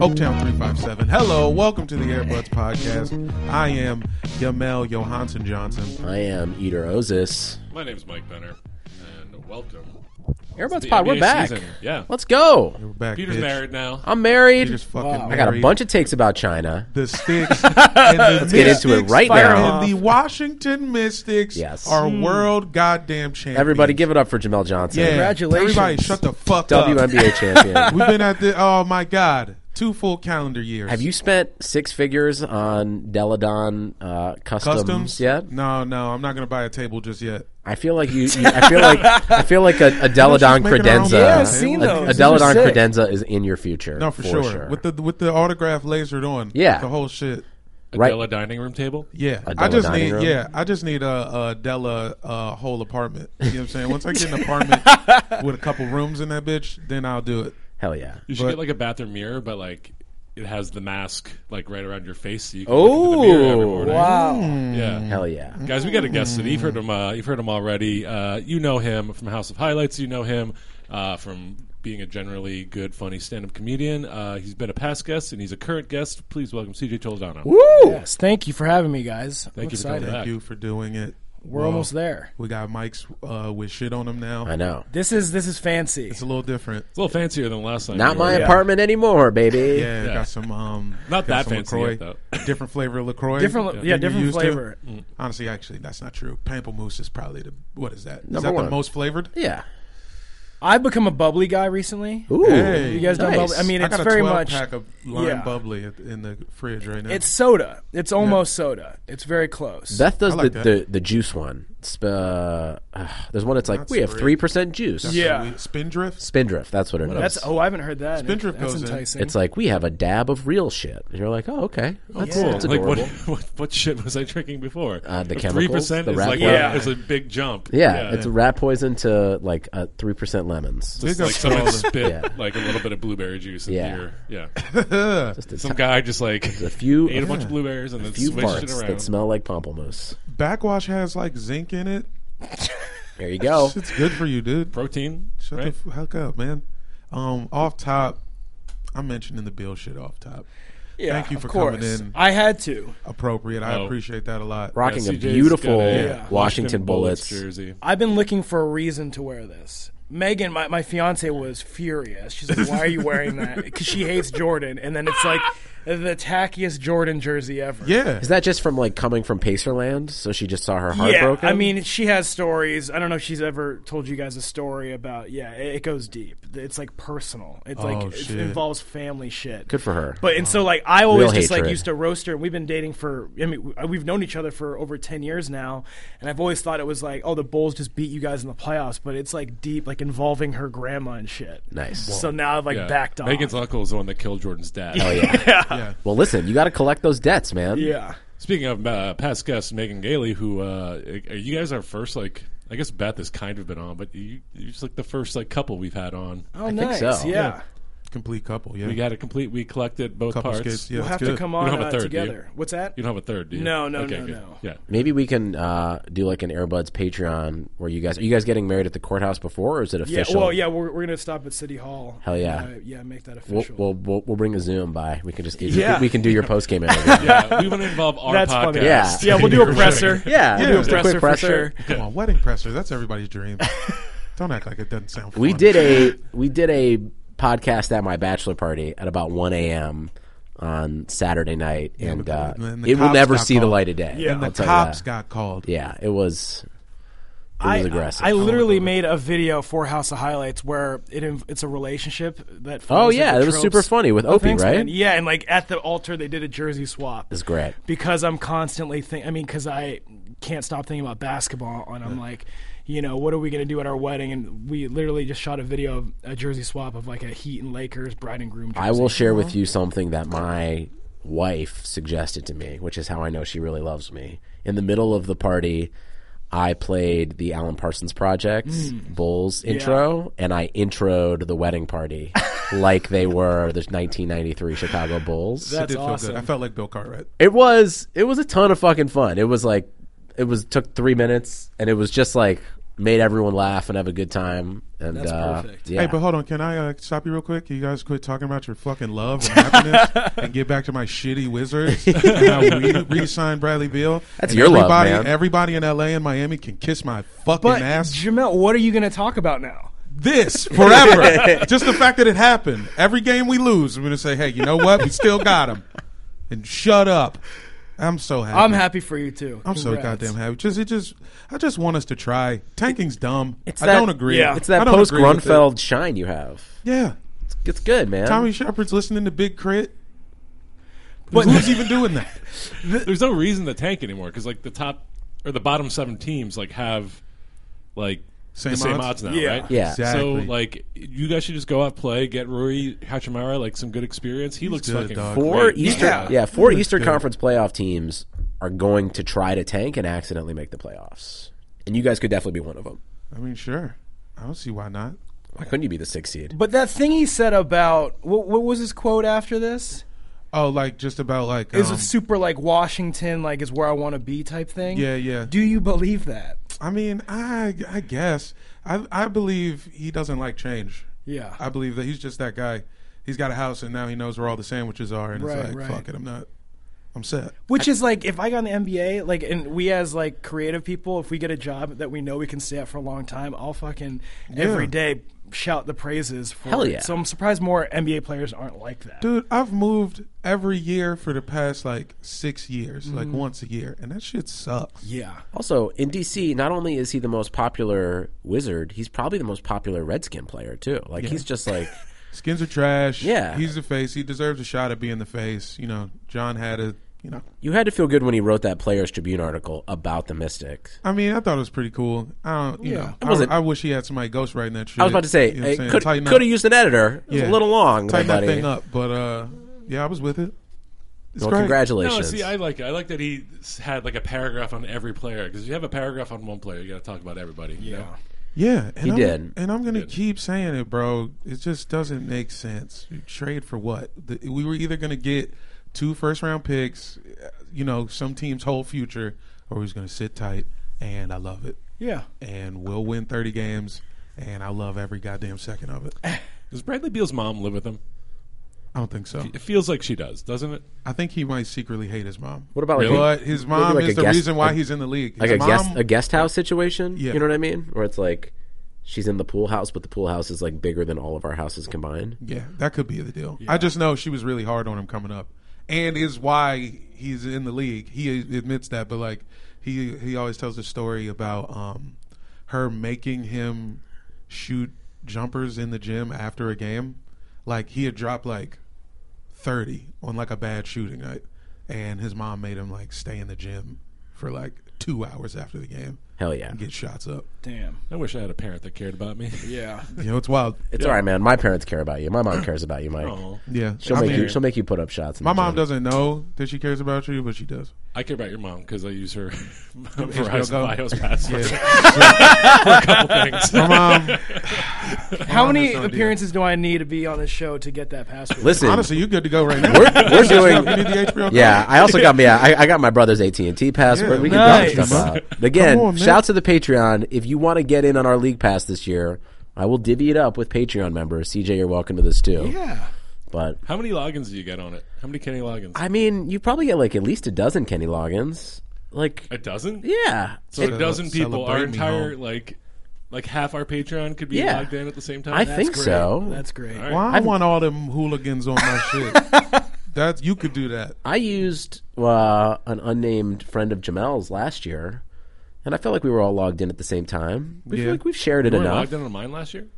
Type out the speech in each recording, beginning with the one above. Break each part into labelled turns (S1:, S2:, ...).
S1: Oaktown 357. Hello, welcome to the Airbuds Podcast. I am Yamel Johansson Johnson.
S2: I am Eater Osis.
S3: My name's Mike Benner, and welcome.
S2: Airbuds
S3: the
S2: Pod, we're
S3: NBA
S2: back.
S3: season, yeah.
S2: Let's go.
S1: We're back.
S3: Peter's
S1: bitch.
S3: married now.
S2: I'm married.
S1: Peter's fucking
S2: I got a
S1: married.
S2: bunch of takes about China.
S1: The Sticks. and the Let's
S2: get into it right now.
S1: And the Washington Mystics
S2: Yes.
S1: are
S3: Hmm.
S1: world goddamn champions.
S2: Everybody give it up for Jamel Johnson.
S1: yeah.
S4: Congratulations.
S1: Everybody shut the fuck up.
S2: WNBA champion.
S1: We've been at the, oh my God, two full calendar years.
S2: Have you spent six figures on Deladon uh, customs,
S1: customs
S2: yet?
S1: No, no, I'm not going to buy a table just yet.
S2: I feel like you, you. I feel like I feel like a, a Deladon
S1: making her own
S2: credenza.
S1: Yeah, I've
S4: seen
S2: a,
S4: those.
S2: a
S4: Those are
S2: Deladon
S4: sick.
S2: credenza is in your future.
S1: No, for, sure. With the with the autograph lasered on.
S2: Yeah.
S1: The whole shit.
S2: Right.
S3: Adela dining room table.
S1: Yeah,
S2: A
S1: I
S2: Della
S1: just
S2: dining
S1: need
S2: room?
S1: yeah, I just need a, a Della uh, whole apartment. You know what I'm saying? Once I get an apartment with a couple rooms in that bitch, then I'll do it.
S2: Hell yeah.
S3: You should
S1: But-
S3: get like a bathroom mirror, but like it has the mask like right around your face, so you can look into the mirror every
S2: Oh
S3: morning.
S2: wow. Hmm.
S3: Yeah.
S1: Hmm.
S2: Hell yeah.
S3: Guys, we got a guest today. You've heard him. Uh, you've heard him already. Uh, you know him from House of Highlights. You know him uh, from being a generally good, funny stand-up comedian. Uh, he's been a past guest and he's a current guest. Please welcome CJ Toledano.
S5: Yes, thank you for having me, guys. I'm
S3: Thank you for
S5: excited.
S3: coming
S1: Thank
S3: back.
S1: you for doing it.
S5: We're
S1: Well,
S5: almost there.
S1: We got mics uh, with shit on them now.
S2: I know.
S5: This is this is fancy.
S1: It's a little different.
S3: It's a little fancier than last time.
S2: Not
S3: you were
S2: my
S3: here.
S2: apartment anymore, baby.
S1: Yeah,
S3: Yeah.
S1: got some um, got
S3: Not that
S1: some
S3: fancy
S1: LaCroix.
S3: yet, though.
S1: Different flavor of Lacroix.
S5: Different-
S1: than
S5: yeah,
S1: you
S5: different
S1: used to.
S5: flavor.
S2: Mm.
S1: Honestly, actually, that's not true. Pamplemousse is probably the what is that? Is
S2: Number
S1: that
S2: one.
S1: the most flavored?
S2: Yeah.
S5: I've become a bubbly guy recently.
S2: Ooh.
S1: Hey.
S5: you guys done
S2: nice.
S5: bubbly? I mean,
S1: I
S5: it's
S1: got a
S5: very
S1: 12
S5: much.
S1: pack of lime
S5: yeah.
S1: bubbly at- in the fridge right now.
S5: It's soda. It's almost soda. It's very close.
S2: Beth does
S1: I like
S2: the,
S1: that.
S2: the the juice one. Sp- uh, ah, there's one that's like
S1: That's
S2: we have
S1: great.
S2: three percent juice.
S5: Yeah.
S1: We- Spindrift.
S2: Spindrift. That's what it is.
S5: That's oh, I haven't heard that.
S1: Spindrift
S5: That's
S1: goes in.
S5: enticing.
S2: it's like we have a dab of real shit. And you're like, oh okay, that's,
S5: cool.
S2: that's
S3: like
S2: adorable.
S3: what, what what shit was I drinking before?
S2: Uh, the
S3: three
S2: chemicals,
S3: percent
S2: the
S3: is
S2: rat
S3: like
S2: poison.
S3: yeah, it's a big jump.
S2: yeah, it's rat poison to like three percent lemons.
S1: Big
S3: like
S1: up
S3: someone
S1: Spalding.
S3: spit
S2: Yeah.
S3: like a little bit of blueberry juice in
S2: Yeah.
S3: here. Yeah,
S2: Just a,
S3: some
S2: t-
S3: guy just like
S2: a few
S3: ate a bunch
S2: a
S3: of blueberries and then
S2: few
S3: switched it
S2: farts
S3: around.
S2: that smell like pamplemousse.
S1: Backwash has like zinc in it.
S2: There you
S5: Oh.
S2: go.
S1: Shit's good for you, dude.
S3: Protein,
S1: Shut
S3: right?
S1: the fuck up, man. Um, off top, I'm mentioning the bill shit off top.
S5: yeah,
S1: thank you for
S5: of course.
S1: coming in.
S5: I had to.
S1: Appropriate. I
S3: Oh.
S1: appreciate that a lot.
S2: Rocking
S3: eh? Yeah,
S2: a
S3: CJ's got
S2: beautiful
S3: a
S2: Washington, Bullets.
S3: jersey.
S5: I've been looking for a reason to wear this. Megan, my, my fiance, was furious. She's like, "Why are you wearing that?" Because she hates Jordan, and then it's like the tackiest Jordan jersey ever.
S1: Yeah.
S2: Is that just from like coming from Pacerland? So she just saw her heart
S5: Yeah,
S2: broken.
S5: I mean, she has stories. I don't know if she's ever told you guys a story about. Yeah, it, it goes deep. It's like personal. It's like
S1: Oh,
S5: it
S1: shit.
S5: involves family shit.
S2: good for her.
S5: But and so like I always
S2: Real
S5: just like
S2: hatred.
S5: used to roast her. and We've been dating for I mean we- we've known each other for over ten years now, and I've always thought it was like oh the Bulls just beat you guys in the playoffs, but it's like deep like involving her grandma and shit.
S2: Nice.
S5: So now I've like
S3: Yeah.
S5: backed off.
S3: Megan's uncle is the one that killed Jordan's dad.
S2: Oh, Well, listen, you got to collect those debts, man.
S5: yeah.
S3: Speaking of uh, past guest Megan Gailey, who uh, are you guys our first like? I guess Beth has kind of been on, but you, you're just like the first like couple we've had on.
S5: Oh,
S2: think
S5: nice.
S2: so.
S5: Yeah.
S2: Yeah.
S1: Complete couple. Yeah.
S3: We got a complete. We collected both
S1: couple
S3: parts.
S1: skits. Yeah,
S5: We'll
S1: that's
S5: have
S1: good.
S5: to come
S3: don't
S5: on
S3: have a
S5: uh,
S3: third, do you?
S5: together. What's that?
S3: You don't have a third, do you?
S5: No, no,
S3: Okay,
S5: no,
S3: good.
S5: no.
S3: Yeah.
S2: Maybe we can uh, do like an Airbuds Patreon where you guys are you guys getting married at the courthouse before, or is it
S5: Yeah,
S2: official?
S5: well, yeah, we're, we're gonna stop at City Hall.
S2: Hell yeah.
S5: Uh, yeah, make that
S2: We'll,
S5: official.
S2: we'll, we'll, we'll bring a Zoom by. We can just
S5: Yeah.
S2: we can do your post game interview. yeah,
S3: we want to involve our
S5: That's
S3: podcast.
S5: funny.
S2: Yeah.
S5: yeah, we'll do a presser.
S2: we'll
S1: Yeah.
S2: do a quick
S5: Presser for
S2: presser.
S5: sure.
S1: Come on, wedding presser. That's everybody's dream. Don't act like it doesn't sound. Fun.
S2: We did a we did a podcast at my bachelor party at about one a.m. on Saturday night, and
S1: but-
S2: uh,
S1: and the
S2: it will
S1: cops
S2: never
S1: got
S2: see the
S1: called.
S2: light of day.
S5: Yeah.
S1: And the
S2: I'll tell you
S1: cops
S2: that.
S1: got called.
S2: Yeah, it was was
S5: I,
S2: aggressive.
S5: I literally made a video for House of Highlights where it inv- it's a relationship that.
S2: Oh,
S5: follows, like,
S2: yeah,
S5: the
S2: that was
S5: tropes.
S2: super funny with
S5: Oh,
S2: Opie,
S5: thanks,
S2: right?
S5: man. Yeah, and like at the altar they did a jersey swap.
S2: It's great.
S5: because I'm constantly think. I mean, because I can't stop thinking about basketball, and I'm like, you know, what are we gonna do at our wedding? And we literally just shot a video of a jersey swap of like a Heat and Lakers bride and groom. Jersey.
S2: I will share with you something that my wife suggested to me, which is how I know she really loves me. In the middle of the party, I played the Alan Parsons Project's
S5: Hmm.
S2: Bulls intro, and I introed the wedding party like they were the 1993 Chicago Bulls.
S1: It
S5: That's
S1: did feel
S5: awesome.
S1: good. I felt like Bill Cartwright.
S2: It was it was a ton of fucking fun. It was like it was took three minutes, and it was just like made everyone laugh and have a good time. And
S5: That's
S2: uh,
S5: perfect.
S2: yeah,
S1: Hey, but hold on. Can I uh, stop you real quick? Can you guys quit talking about your fucking love and happiness and get back to my shitty Wizards? and how we re-signed Bradley Beal.
S2: That's
S1: And
S2: your love,
S1: everybody,
S2: man.
S1: Everybody in LA and Miami can kiss my fucking
S5: But
S1: ass.
S5: Jamel, what are you gonna talk about now?
S1: this forever. Just the fact that it happened. Every game we lose, we're gonna say, "Hey, you know what? We still got him." And shut up. I'm so happy.
S5: I'm happy for you too.
S1: I'm so
S5: Congrats.
S1: goddamn happy. Just it just I just want us to try. Tanking's dumb.
S2: It's
S1: I
S2: that-
S1: don't agree.
S5: yeah,
S2: it's that
S1: I don't
S2: post
S1: agree with it.
S2: Grunfeld shine you have.
S1: Yeah.
S2: It's good, man.
S1: Tommy Shepard's listening to Big Crit.
S5: But-
S1: But who's even doing that?
S3: There's no reason to tank anymore because like the top or the bottom seven teams like have like
S1: Same
S3: the same
S1: odds?
S3: odds now,
S5: Yeah.
S3: right?
S2: Yeah.
S1: Exactly.
S3: So like you guys should just go out play, get Rui Hachimura like some good experience. He looks
S1: good,
S3: fucking
S1: dog.
S2: four
S3: great.
S2: Eastern yeah,
S1: Yeah.
S2: four
S1: That's
S2: Eastern
S1: good.
S2: Conference playoff teams are going to try to tank and accidentally make the playoffs. And you guys could definitely be one of them.
S1: I mean, sure. I don't see why not.
S2: Why couldn't you be the sixth seed?
S5: But that thing he said about what, what was his quote after this?
S1: Oh, like just about like
S5: It was
S1: um,
S5: a super like Washington, like is where I want to be type thing.
S1: Yeah, yeah.
S5: Do you believe that?
S1: I mean, I I guess I I believe he doesn't like change.
S5: Yeah.
S1: I believe that he's just that guy. He's got a house and now he knows where all the sandwiches are, and
S5: Right,
S1: it's like,
S5: right.
S1: fuck it, I'm not, I'm set.
S5: Which is like if I got in the NBA, like and we as like creative people, if we get a job that we know we can stay at for a long time, I'll fucking every day shout the praises for
S2: Hell
S5: it.
S2: yeah.
S5: So I'm surprised more NBA players aren't like that.
S1: Dude, I've moved every year for the past like six years, like once a year, and that shit sucks.
S5: Yeah.
S2: Also, in DC, not only is he the most popular wizard, he's probably the most popular Redskin player too. Like he's just like
S1: Skins are trash.
S2: Yeah.
S1: he's the face. He deserves a shot at being the face. You know, John had a, you know,
S2: you had to feel good when he wrote that Players Tribune article about the Mystics.
S1: I mean, I thought it was pretty cool. I don't, you
S5: Yeah.
S1: know,
S5: It
S1: I,
S2: wasn't-
S1: I wish he had somebody ghostwriting that shit.
S2: I was about to say
S1: You know what I'm
S2: it
S1: saying?
S2: could
S1: Tighten
S2: could
S1: up.
S2: have used an editor. It was
S1: Yeah.
S2: a little long,
S1: tighten
S2: buddy.
S1: that thing up. But uh, yeah, I was with it. It's
S2: Well,
S1: great.
S2: congratulations.
S3: No, see, I like it. I like that he s- had like a paragraph on every player because if you have a paragraph on one player, you got to talk about everybody. You know?
S1: Yeah, and
S2: He
S1: I'm,
S2: did.
S1: and I'm gonna
S3: did.
S1: keep saying it, bro. It just doesn't make sense. You trade for what? The, we were either gonna get two first round picks, uh, you know, some team's whole future, or we was gonna sit tight. And I love it.
S5: Yeah.
S1: And we'll win 30 games. And I love every goddamn second of it. I
S3: Does Bradley Beal's mom live with him?
S1: don't think so.
S3: It feels like she does, doesn't it?
S1: I think he might secretly hate his mom.
S2: What about like,
S1: But his mom
S2: like a
S1: is the
S2: guest-
S1: reason why
S2: a-
S1: he's in the league. His
S2: like a
S1: mom,
S2: guest a guest house situation?
S1: Yeah.
S2: You know what I mean? Where it's like she's in the pool house, but the pool house is like bigger than all of our houses combined.
S1: Yeah, that could be the deal. I just know she was really hard on him coming up, and is why he's in the league. He admits that, but like he he always tells a story about um, her making him shoot jumpers in the gym after a game. Like he had dropped like thirty on like a bad shooting night, and his mom made him like stay in the gym for like two hours after the game
S2: Hell yeah.
S1: and get shots up.
S5: Damn.
S3: I wish I had a parent that cared about me.
S5: Yeah.
S1: You know, it's wild.
S2: It's all right, man. My parents care about you. My mom cares about you, Mike.
S3: Oh,
S1: Yeah,
S2: She'll
S1: I
S2: make
S1: mean,
S2: you. She'll make you put up shots. in
S1: My
S2: the
S1: mom
S2: gym.
S1: doesn't know that she cares about you, but she does.
S3: I care about your mom because I use her
S1: HBO Go.
S3: Verizon BIOS password
S1: Yeah. Um,
S3: for a couple things.
S1: My mom.
S5: How many
S1: just don't do that.
S5: appearances do I need to be on this show to get that password?
S2: Listen,
S1: Honestly, you're good to go right now.
S2: we're, we're
S1: You
S2: doing.
S1: need the HBO. code?
S2: Yeah, I also got me. Yeah, I, I got my brother's AT and T password.
S1: Yeah,
S2: we can
S5: nice.
S2: drop stuff out. But again,
S1: Come on, man.
S2: shout to the Patreon if you want to get in on our league pass this year. I will divvy it up with Patreon members. CJ, you're welcome to this too.
S5: Yeah.
S2: But
S3: How many logins do you get on it? How many Kenny logins?
S2: I mean, you probably get like at least a dozen Kenny Loggins. Like,
S3: a dozen.
S2: yeah,
S3: So
S2: It-
S3: a dozen people. Our
S1: Celebrate me
S3: entire
S1: home.
S3: like like half our Patreon could be
S2: Yeah.
S3: logged in at the same time.
S2: I think
S5: Great.
S2: so.
S5: That's great.
S3: All right.
S1: Why I
S2: I've-
S1: want all them hooligans on my shit. That's you could do that.
S2: I used uh, an unnamed friend of Jamel's last year And I felt like we were all logged in at the same time. We
S1: Yeah.
S2: feel like we've shared it
S3: You were
S2: enough.
S3: logged in on mine last year.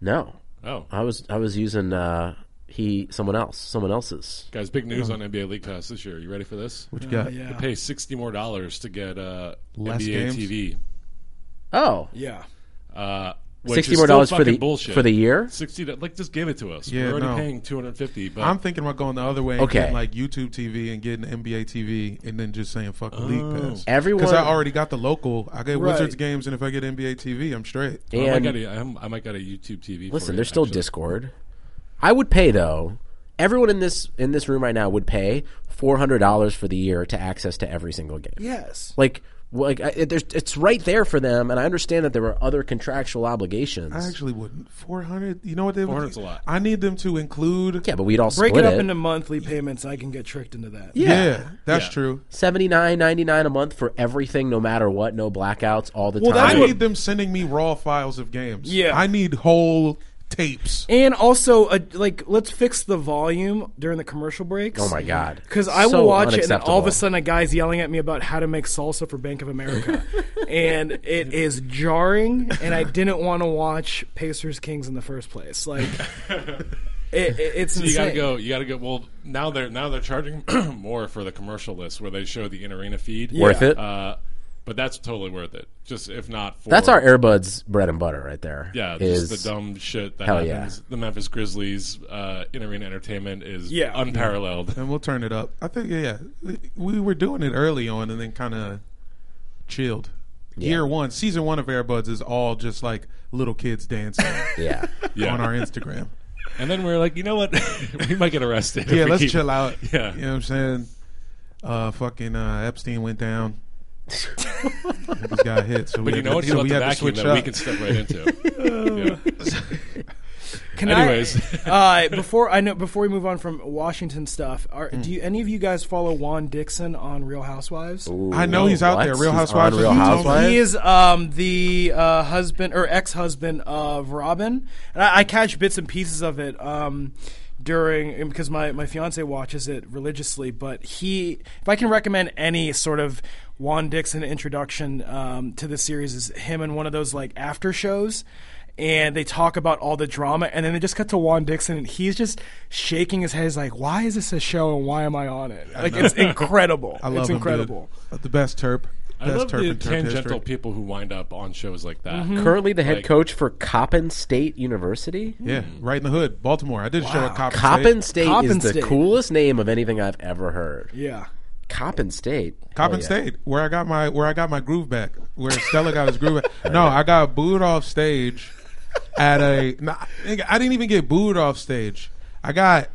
S2: No,
S3: Oh,
S2: I was I was using uh, he someone else someone else's.
S3: guys, big news on NBA League Pass this year. You ready for this?
S1: What you got?
S3: You
S5: Yeah.
S3: pay sixty more dollars to get uh,
S1: Less
S3: NBA
S1: games?
S3: TV.
S2: Oh,
S5: Yeah.
S3: Uh, which
S2: sixty
S3: is
S2: more
S3: still
S2: dollars for
S3: fucking
S2: the
S3: bullshit.
S2: for the year.
S3: Sixty, do- like just give it to us.
S1: Yeah,
S3: We're already
S1: no.
S3: paying two hundred fifty. But
S1: I'm thinking about going the other way and
S2: Okay.
S1: getting like YouTube TV and getting NBA TV and then just saying fuck the league pass.
S2: Everyone-
S1: Because I already got the local. I get
S5: Right.
S1: Wizards games, and if I get NBA TV, I'm straight.
S3: I might
S2: And-
S3: got a, I'm- I might got a YouTube TV. for
S2: Listen,
S3: you,
S2: there's still
S3: actually.
S2: Discord. I would pay though. Everyone in this in this room right now would pay four hundred dollars for the year to access to every single game.
S5: Yes.
S2: Like, like I, it, there's, it's right there for them, and I understand that there were other contractual obligations.
S1: I actually wouldn't. Four hundred. You know what they? would-
S3: 400 's a lot.
S1: I need them to include.
S2: yeah, but we'd all
S5: Break
S2: split
S5: it up into monthly payments. I can get tricked into that.
S1: Yeah, that's
S3: Yeah.
S1: true.
S2: seventy nine ninety nine a month for everything, no matter what, no blackouts, all the
S5: Well,
S2: time.
S5: that's
S1: I
S5: what-
S1: need them sending me raw files of games.
S5: Yeah.
S1: I need whole tapes.
S5: And also, uh, like, let's fix the volume during the commercial breaks.
S2: oh my god!
S5: Because I
S2: So
S5: will watch it, and then all of
S2: unacceptable.
S5: a sudden, a guy's yelling at me about how to make salsa for Bank of America, and it is jarring. And I didn't want to watch Pacers Kings in the first place. Like, it, it- it's
S3: You
S5: insane.
S3: gotta go. You gotta go. Well, now they're now they're charging more for the commercial list where they show the in arena feed.
S2: Worth it?
S3: Uh, but that's totally worth it. Just if not for
S2: that's our Airbuds bread and butter right there.
S3: Yeah,
S2: is
S3: just the dumb shit that
S2: Hell yeah.
S3: happens. The Memphis Grizzlies uh, in arena entertainment is
S5: Yeah.
S3: unparalleled.
S1: and we'll turn it up. I think yeah, yeah. we were doing it early on and then kind of chilled. Year one, season one of Airbuds is all just like little kids dancing
S2: yeah.
S3: Yeah.
S1: on our Instagram.
S3: And then we are like, you know what? we might get arrested. if
S1: yeah,
S3: we
S1: let's
S3: keep-
S1: chill out.
S3: Yeah.
S1: you know what I'm saying. Uh, fucking uh, Epstein went down. This guy hit. So
S3: But you know what? He
S1: So
S3: left
S1: we
S3: a
S1: had to
S3: vacuum
S1: switch
S3: that
S1: up.
S3: we can step right into. Yeah.
S5: Can
S3: Anyways.
S5: I, uh, before I know, before we move on from Washington stuff, are, do you, any of you guys follow Juan Dixon on Real Housewives?
S1: I know he's out there. Real
S2: He's on
S1: Housewives of
S2: Real
S1: Utah.
S2: Housewives.
S5: He is um, the uh, husband or ex-husband of Robin, and I, I catch bits and pieces of it um, during because my my fiance watches it religiously. But he, if I can recommend any sort of Juan Dixon introduction um, to the series, is him in one of those like after shows. And they talk about all the drama, and then they just cut to Juan Dixon, and he's just shaking his head. He's like, "Why is this a show, and why am I on it?" Like, it's incredible.
S1: I love
S5: it's
S1: him, dude.
S5: incredible.
S1: The best terp.
S3: I
S1: Best
S3: love
S1: terp
S3: the
S1: in terp
S3: tangential
S1: history.
S3: people who wind up on shows like that.
S1: Mm-hmm.
S2: currently the head
S3: Like-
S2: coach for Coppin State University.
S1: Yeah, right in the hood, Baltimore. I did a show at Coppin.
S2: Coppin
S1: State.
S2: State is
S5: Coppin
S2: the
S5: State.
S2: coolest name of anything I've ever heard.
S5: Yeah.
S2: Coppin State. Hell
S1: Coppin
S2: yeah.
S1: State, where I got my where I got my groove back, where Stella got his groove back. No, I got booed off stage at a. No, nigga, I didn't even get booed off stage. I got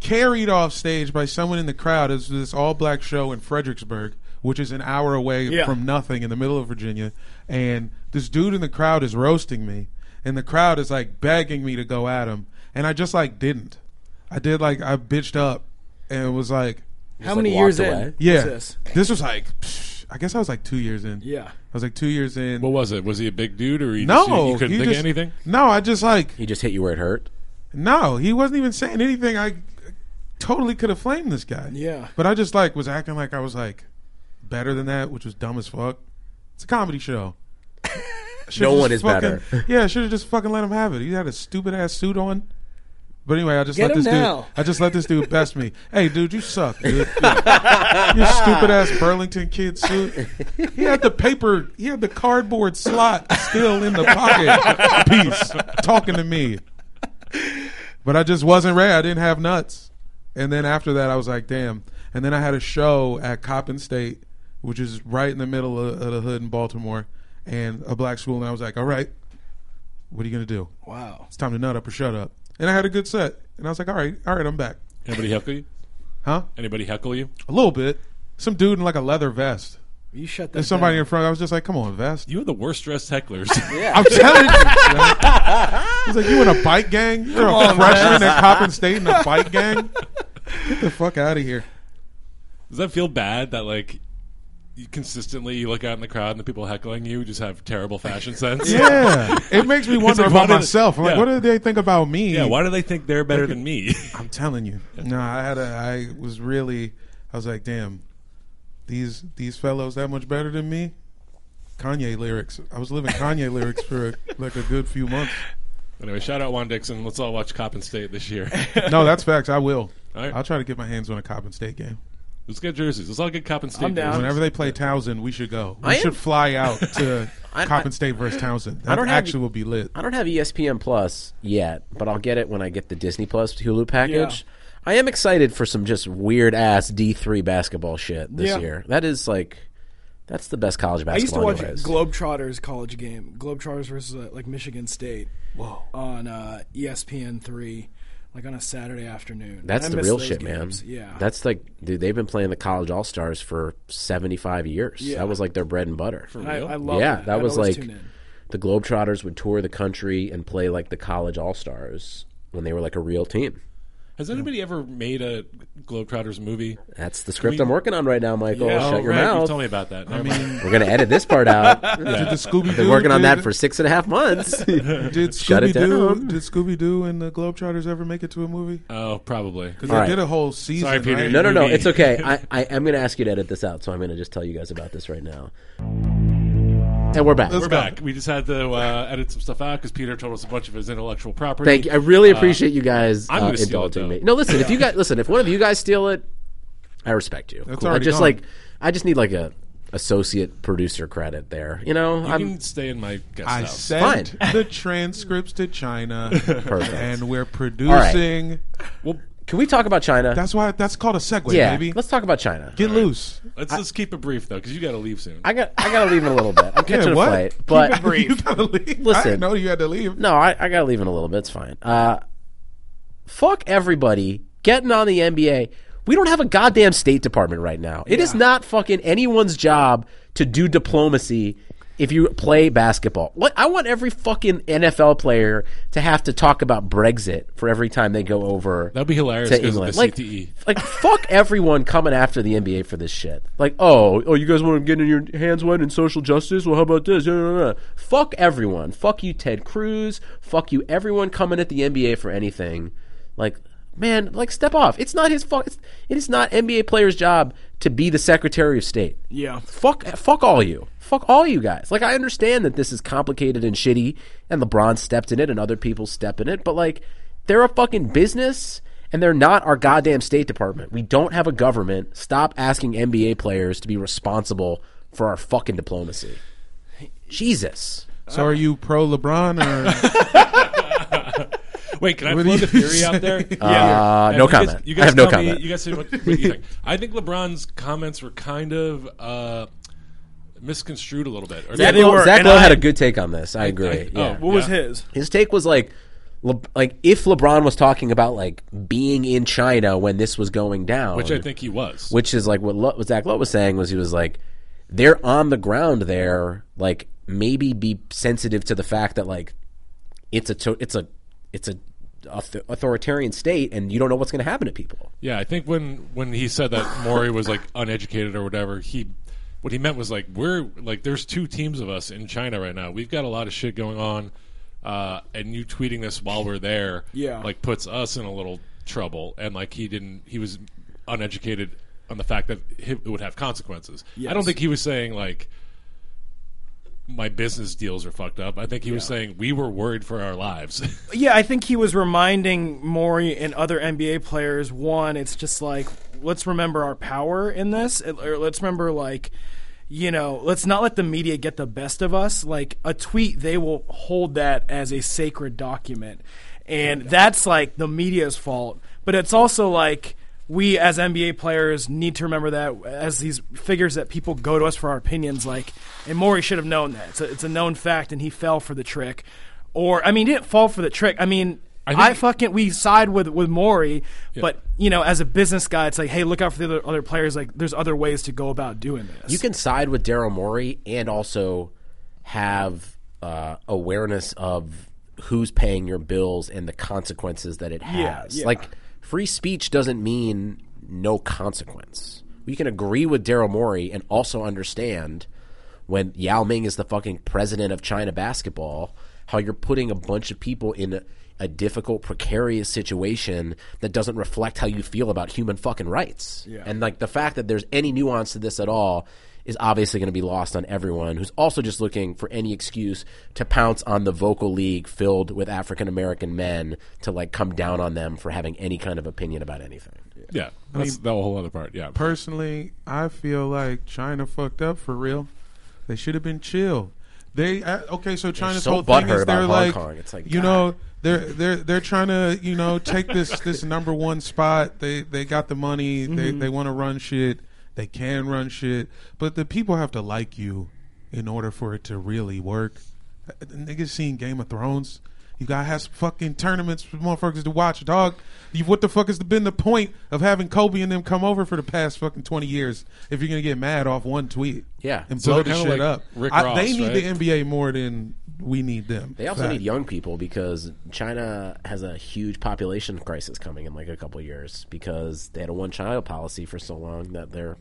S1: carried off stage by someone in the crowd. It was this all black show in Fredericksburg, which is an hour away
S5: Yeah.
S1: from nothing in the middle of Virginia. And this dude in the crowd is roasting me, and the crowd is like begging me to go at him, and I just like didn't. I did like I bitched up and was like.
S5: How
S2: like,
S5: many
S2: walked
S5: years
S2: away?
S5: in?
S1: Yeah.
S5: was this?
S1: was like, psh, I guess I was like two years in.
S5: Yeah.
S1: I was like two years in.
S3: What was it? Was he a big dude, or he
S1: no,
S3: just, you, you couldn't
S1: he
S3: think
S1: just-
S3: of anything?
S1: No, I just like,
S2: He just hit you where it hurt.
S1: no, he wasn't even saying anything. I totally could have flamed this guy.
S5: Yeah.
S1: But I just like was acting like I was like better than that, which was dumb as fuck. It's a comedy show.
S2: No
S1: Should've
S2: one
S1: just
S2: is
S1: fucking-
S2: better.
S1: yeah, should have just fucking let him have it. He had a stupid ass suit on. But anyway, I just
S5: Get
S1: let
S5: him
S1: this
S5: now.
S1: dude. I just let this dude best me. Hey, dude, you suck, dude. Your stupid ass Burlington kid suit. He had the paper. He had the cardboard slot still in the pocket piece, talking to me. But I just wasn't ready. I didn't have nuts. And then after that, I was like, damn. And then I had a show at Coppin State, which is right in the middle of, of the hood in Baltimore, and a black school. And I was like, all right, what are you gonna do?
S5: Wow.
S1: It's time to nut up or shut up. And I had a good set. And I was like, all right, all right, I'm back.
S3: Anybody heckle you?
S1: Huh?
S3: Anybody heckle you?
S1: A little bit. Some dude in like a leather vest.
S5: You shut that.
S1: There's somebody
S5: down.
S1: in front. I was just like, come on, vest.
S3: You are the worst dressed hecklers.
S1: I'm telling you. son. He's like, you in a bike gang? You're a freshman at Coppin State in a bike gang? Get the fuck out of here.
S3: Does that feel bad that like you consistently you look out in the crowd and the people heckling you just have terrible fashion sense?
S1: Yeah. It makes me wonder
S3: like, why
S1: about
S3: did it-
S1: myself. I'm like,
S3: yeah.
S1: what do they think about me?
S3: Yeah, why do they think they're better than me?
S1: I'm telling you. No, I had a I was really I was like, damn, these these fellows that much better than me? Kanye lyrics. I was living Kanye lyrics for like a good few months.
S3: Anyway, shout out Juan Dixon. Let's all watch Coppin State this year.
S1: No, that's facts. I will.
S3: All right.
S1: I'll try to get my hands on a Coppin State game.
S3: Let's get jerseys. Let's all get Coppin State.
S5: I'm down.
S3: jerseys.
S1: Whenever they play Towson, we should go. We
S2: I am-
S1: should fly out to
S2: I-
S1: Coppin State versus Towson. That
S2: don't have-
S1: actually will be lit.
S2: I don't have E ESPN Plus yet, but I'll get it when I get the Disney Plus Hulu package. I am excited for some just weird ass D three basketball shit this
S5: Yeah.
S2: year. That is like, that's the best college
S5: I used to
S2: basketball.
S5: watch
S2: anyways.
S5: Globetrotters college game, Globetrotters versus uh, like Michigan State. Whoa. On uh, ESPN three, like on a Saturday afternoon.
S2: That's
S5: I
S2: the
S5: miss
S2: real
S5: those
S2: shit,
S5: games.
S2: man.
S5: Yeah.
S2: That's like, dude, they've been playing the college all stars for seventy five years.
S5: Yeah.
S2: That was like their bread and butter.
S3: For
S5: And I,
S3: real?
S5: I love.
S2: yeah,
S5: that,
S2: that,
S5: I'd
S2: was
S5: always
S2: like
S5: tune in.
S2: the Globetrotters would tour the country and play like the college all stars when they were like a real team.
S3: Has anybody ever made a Globetrotters movie?
S2: That's the script
S3: We-
S2: I'm working on right now, Michael.
S5: Oh,
S2: Shut your
S3: right, You
S2: mouth.
S3: told me about that.
S1: I
S3: Never mind.
S1: mean,
S2: We're gonna edit this part out.
S1: did the Scooby Doo?
S2: Been working on that for six and a half months.
S1: Did
S2: Shut
S1: Scooby
S2: it
S1: Doo?
S2: down.
S1: Did Scooby Doo and the Globetrotters ever make it to a movie?
S3: oh, probably.
S1: Because
S2: All
S1: they
S2: right.
S1: did a whole season.
S3: Sorry, Peter,
S1: right?
S2: no, no, no.
S3: Movie.
S2: It's okay. I, I am going to ask you to edit this out, so I'm going to just tell you guys about this right now. And we're back.
S1: Let's
S3: We're
S1: go.
S3: back. We just had to uh, edit some stuff out because Peter told us a bunch of his intellectual property.
S2: Thank you. I really appreciate you guys
S3: Uh, I'm
S2: uh,
S3: gonna steal it,
S2: indulging
S3: though.
S2: me. No, listen. If you guys listen, if one of you guys steal it, I respect you.
S1: That's
S2: I
S1: already
S2: just
S1: gone.
S2: like I just need like a associate producer credit there. You know,
S3: You
S2: I'm
S3: can stay in my guest
S1: I
S3: house.
S1: sent the transcripts to China, and we're producing.
S3: Well,
S2: Can we talk about China?
S1: That's why. That's called a segue,
S2: yeah.
S1: baby.
S2: Let's talk about China.
S1: get loose.
S3: let's just keep it brief though, because you got to leave soon.
S2: I got I got to leave in a little bit. I'm catching a
S1: what?
S2: flight, but
S1: you gotta leave. I
S2: Listen.
S1: didn't know you had to leave.
S2: No, I, I gotta leave in a little bit. It's fine. Uh, fuck everybody getting on the NBA. We don't have a goddamn State Department right now. It is not fucking anyone's job to do diplomacy if you play basketball. What I want every fucking NFL player to have to talk about Brexit for every time they go over
S3: That'd be hilarious
S2: to
S3: 'cause of
S2: England.
S3: the E.
S2: like,
S3: CTE.
S2: like fuck everyone coming after the NBA for this shit. Like, oh, oh, you guys want to get in your hands wet in social justice? Well, how about this? Yeah, yeah, yeah. Fuck everyone. Fuck you, Ted Cruz. Fuck you, everyone coming at the NBA for anything. Like, man, like step off. It's not his fuck. It's, it is not NBA players' job to be the Secretary of State.
S5: Yeah.
S2: Fuck, fuck all you. Fuck all you guys. Like, I understand that this is complicated and shitty, and LeBron stepped in it, and other people step in it, but like, they're a fucking business, and they're not our goddamn State Department. We don't have a government. Stop asking NBA players to be responsible for our fucking diplomacy. Jesus.
S1: So are you pro LeBron or
S3: Wait, can I
S1: do
S3: float
S1: you
S3: the theory out there?
S2: Uh,
S3: And
S2: no
S3: you guys-
S2: comment.
S3: you
S2: I
S3: guys
S2: have no
S3: tell me-
S2: comment.
S3: you guys say what, what you think. I think LeBron's comments were kind of uh, misconstrued a little bit. Or
S2: Zach
S5: they
S2: Lowe,
S5: were,
S2: Zach
S5: and
S2: Lowe had
S5: I-
S2: a good take on this. I agree.
S3: oh,
S2: yeah.
S5: What was
S3: Yeah.
S5: his?
S2: His take was like, Le- like if LeBron was talking about like being in China when this was going down,
S3: which I think he was.
S2: which is like what, Lo- what Zach Lowe was saying was he was like, they're on the ground there, like maybe be sensitive to the fact that like it's a to- it's a it's a author- authoritarian state and you don't know what's going to happen to people.
S3: Yeah, I think when when he said that Maury was like uneducated or whatever, he what he meant was like we're like there's two teams of us in China right now. We've got a lot of shit going on, uh, and you tweeting this while we're there,
S5: Yeah.
S3: like puts us in a little trouble. And like he didn't, he was uneducated on the fact that it would have consequences. I don't
S5: Yes.
S3: think he was saying like my business deals are fucked up. I think he was saying we were worried for our lives.
S5: Yeah, I think he was reminding Maury and other NBA players. One, it's just like let's remember our power in this. and- Or let's remember like. You know, let's not let the media get the best of us. Like a tweet, they will hold that as a sacred document. And that's like the media's fault. But it's also like we as NBA players need to remember that as these figures that people go to us for our opinions. Like, and Maury should have known that. It's a, it's a known fact, and he fell for the trick or I mean, he didn't fall for the trick. I mean, I,
S3: think-
S5: fucking we side with with Maury, but you know, as a business guy, it's like, hey, look out for the other, other players. Like, there's other ways to go about doing this.
S2: You can side with Daryl Morey and also have uh, awareness of who's paying your bills and the consequences that it
S5: Yeah,
S2: has.
S5: yeah.
S2: Like free speech doesn't mean no consequence. We can agree with Daryl Morey and also understand when Yao Ming is the fucking president of China basketball, how you're putting a bunch of people in a, a difficult, precarious situation that doesn't reflect how you feel about human fucking rights. And like the fact that there's any nuance to this at all is obviously going to be lost on everyone who's also just looking for any excuse to pounce on the vocal league filled with African American men to like come down on them for having any kind of opinion about anything.
S3: Yeah, that's the whole other part. Yeah,
S1: Personally, I feel like China fucked up for real. They should have been chill. They uh, okay, so China's
S2: so
S1: whole thing
S2: butthurt
S1: is
S2: about
S1: they're
S2: Hong
S1: like,
S2: Kong. It's like,
S1: you know, they're they're they're trying to you know take this this number one spot. They they got the money. They
S3: Mm-hmm.
S1: they want to run shit. They can run shit, but the people have to like you in order for it to really work. Uh, Niggas seen Game of Thrones. You gotta have some fucking tournaments for motherfuckers to watch, dog. You, what the fuck has been the point of having Kobe and them come over for the past fucking twenty years if you're gonna get mad off one tweet?
S2: Yeah.
S1: and
S3: So
S1: blow
S3: they're
S1: the
S3: kinda
S1: shit
S3: like
S1: up.
S3: Rick
S1: I, they
S3: Ross,
S1: need
S3: right?
S1: the NBA more than we need them.
S2: They also
S1: Fact.
S2: need young people because China has a huge population crisis coming in like a couple years because they had a one-child policy for so long that their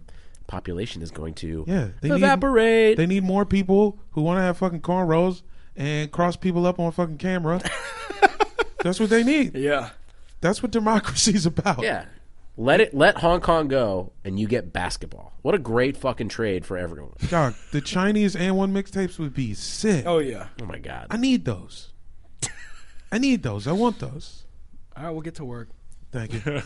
S2: population is going to
S1: Yeah, they need-
S2: evaporate.
S1: They need more people who want to have fucking cornrows and cross people up on fucking camera. That's what they need.
S5: Yeah.
S1: That's what democracy's about.
S2: yeah, let it let Hong Kong go, and you get basketball. What a great fucking trade for everyone!
S1: Dog, the Chinese and one mixtapes would be sick.
S5: Oh yeah.
S2: Oh my god,
S1: I need those. I need those. I want those.
S5: All right, we'll get to work.
S1: Thank you.